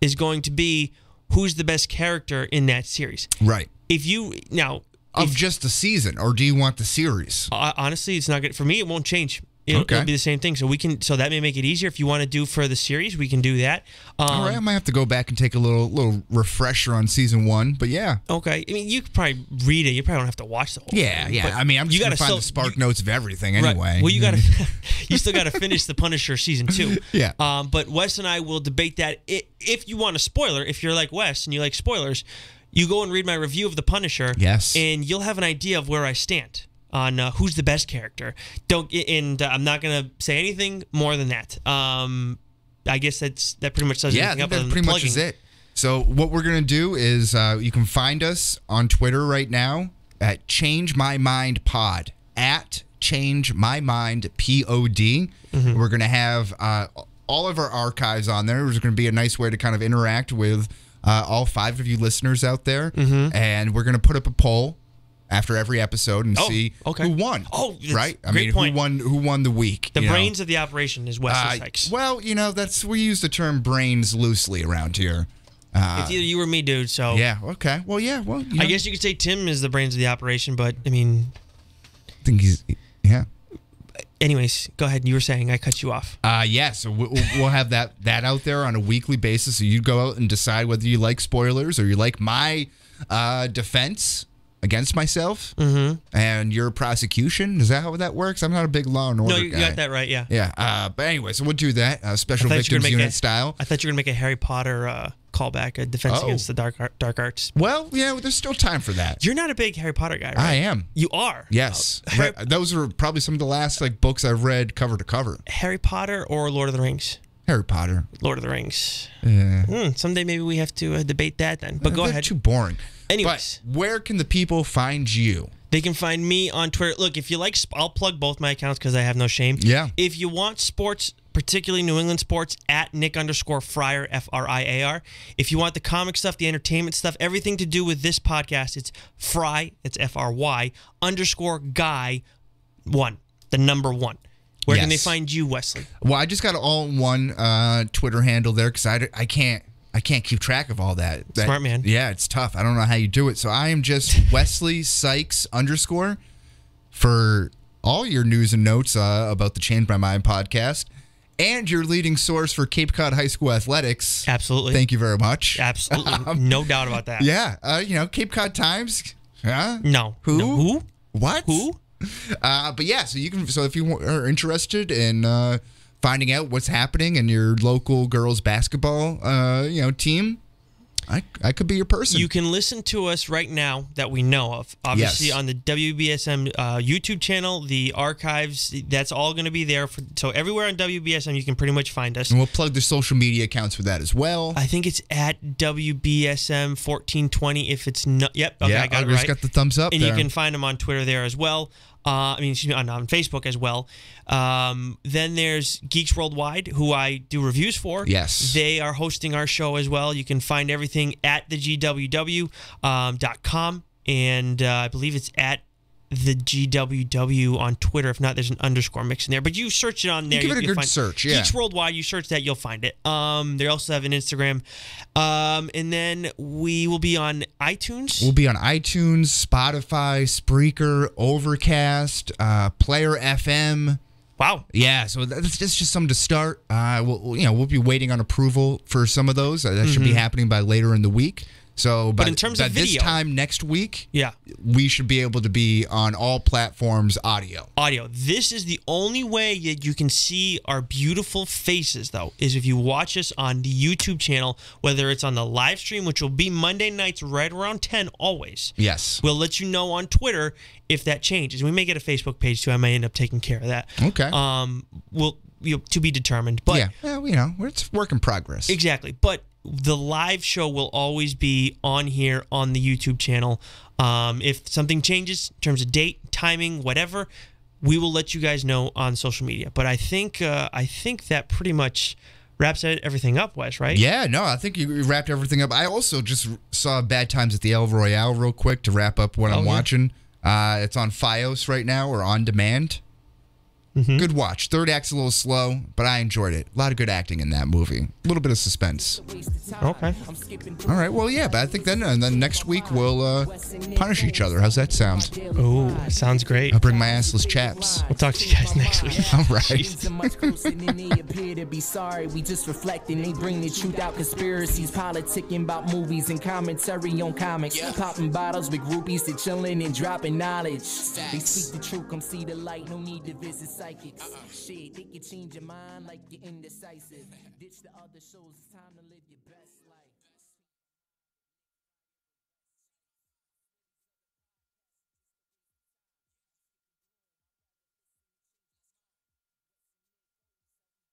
is going to be who's the best character in that series. Right. If you now, Of if- just the season, or do you want the series? uh, honestly, it's not good for me. It won't change. It'll, Okay. it'll be the same thing. So we can. So that may make it easier. If you want to do for the series, we can do that. Um, All right, I might have to go back and take a little little refresher on season one, but yeah. Okay. I mean, you could probably read it. You probably don't have to watch the whole. Yeah, thing, yeah. but I mean, I'm just you going to gotta find still- the spark you- notes of everything right. anyway. Well, you gotta, you still gotta finish the Punisher season two. Yeah. Um, but Wes and I will debate that. I- If you want a spoiler, if you're like Wes and you like spoilers, you go and read my review of the Punisher. Yes. And you'll have an idea of where I stand on uh, who's the best character. Don't. And uh, I'm not gonna say anything more than that. Um, I guess that's that pretty much does yeah, I everything think up that other than pretty the much is plugging. it. So what we're gonna do is uh, you can find us on Twitter right now at Change My Mind Pod at Change My Mind Pod. Mm-hmm. We're gonna have uh, all of our archives on there. There's gonna be a nice way to kind of Mm-hmm. interact with uh, all five of you listeners out there, and we're gonna put up a poll after every episode and Oh, see okay. who won. Oh, that's right. I great mean, point. who won? Who won the week? The you know? brains of the operation is Wesley Uh, Snipes. well, you know, that's we use the term brains loosely around here. Uh, it's either you or me, dude. So yeah. Okay. Well, yeah. Well, you I know, guess you could say Tim is the brains of the operation, but I mean, I think he's yeah. anyways, go ahead. You were saying I cut you off. Uh, yeah, so we- we'll we'll have that that out there on a weekly basis. So you go out and decide whether you like spoilers or you like my uh, defense against myself Mm-hmm. and your prosecution. Is that how that works? I'm not a big law and order No, you guy. got that right. Yeah. Yeah, uh, but anyway, so we'll do that uh, I special thought, you were victims gonna make unit a, style. I thought you were gonna make a Harry Potter uh, callback, a defense Oh. against the dark art, dark arts. Well, yeah, there's still time for that. You're not a big Harry Potter guy, right? I am. You are. Yes, Uh, Harry, Re- those are probably some of the last like books I've read cover to cover. Uh, Harry Potter or Lord of the Rings? Harry Potter. Lord of the Rings. Yeah. Hmm, someday maybe we have to uh, debate that then. But go They're ahead. Too boring. Anyways. but where can the people find you? They can find me on Twitter. Look, if you like, sp- I'll plug both my accounts because I have no shame. Yeah. If you want sports, particularly New England sports, at Nick underscore Fryer, F R I A R. If you want the comic stuff, the entertainment stuff, everything to do with this podcast, it's Fry, it's F R Y, underscore guy one, the number one. Where can they Yes. find you, Wesley? Well, I just got an all-in-one uh, Twitter handle there because I, d- I can't I can't keep track of all that. That- Smart man. Yeah, it's tough. I don't know how you do it. So I am just Wesley Sykes underscore for all your news and notes uh, about the Change My Mind podcast and your leading source for Cape Cod High School athletics. Absolutely. Thank you very much. Absolutely. no doubt about that. Yeah, uh, you know Cape Cod Times. Huh? No. Who? No. Who? What? Who? Uh, but yeah, so you can. So if you wa- are interested in uh, finding out what's happening in your local girls basketball, uh, you know, team, I I could be your person. You can listen to us right now that we know of. Obviously, Yes. on the WBSM uh, YouTube channel, the archives, that's all going to be there. For, so, everywhere on WBSM, you can pretty much find us. and we'll plug the social media accounts for that as well. I think it's at WBSM 1420 if it's not. Yep. Okay, yeah, I got it just right. got the thumbs up and there. you can find them on Twitter there as well. Uh, I mean, excuse me, on, on Facebook as well. Um, then there's Geeks Worldwide, who I do reviews for. Yes. They are hosting our show as well. You can find everything at thegww.com. um, And uh, I believe it's at the GWW on Twitter. If not, there's an underscore mix in there. But you search it on there. give it a you'll good find- search, yeah. Geeks Worldwide, you search that, you'll find it. Um, they also have an Instagram. Um, and then we will be on iTunes. we'll be on iTunes, Spotify, Spreaker, Overcast, uh, Player FM. wow. Yeah, so that's, that's just something to start. Uh, we'll, you know, we'll be waiting on approval for some of those. Uh, that should be happening by later in the week. So, by, Mm-hmm. in terms by of this video- time next week, Yeah. we should be able to be on all platforms audio. audio. This is the only way that you can see our beautiful faces, though, is if you watch us on the YouTube channel, whether it's on the live stream, which will be Monday nights right around 10 always. Yes. We'll let you know on Twitter if that changes. We may get a Facebook page too. I may end up taking care of that. Okay. Um, we'll you know, to be determined. But yeah. Well, you know, it's work in progress. Exactly. But the live show will always be on here on the YouTube channel. Um, if something changes in terms of date, timing, whatever, we will let you guys know on social media. But I think uh, I think that pretty much wraps it- everything up, Wes. Right? Yeah, no, I think you you wrapped everything up. I also just saw Bad Times at the El Royale real quick to wrap up what Oh, I'm yeah. watching. Uh, it's on Fios right now or on demand. Mm-hmm. Good watch. Third act's a little slow, but I enjoyed it. A lot of good acting in that movie. A little bit of suspense. Okay. All right, well, yeah, but I think then and then next week we'll uh, punish each other. How's that sound? Oh, sounds great. I'll bring my assless chaps. We'll talk to you guys next week. All right. So much closer than they appear to be sorry. We just reflecting, they bring the truth out. Conspiracies, politicking about movies and commentary on comics. Popping bottles with groupies that chilling and dropping knowledge. They speak the truth, come see the light. No need to visit psychics. Shit, they can change your mind like you're indecisive. Ditch the other shows, it's time to live your best.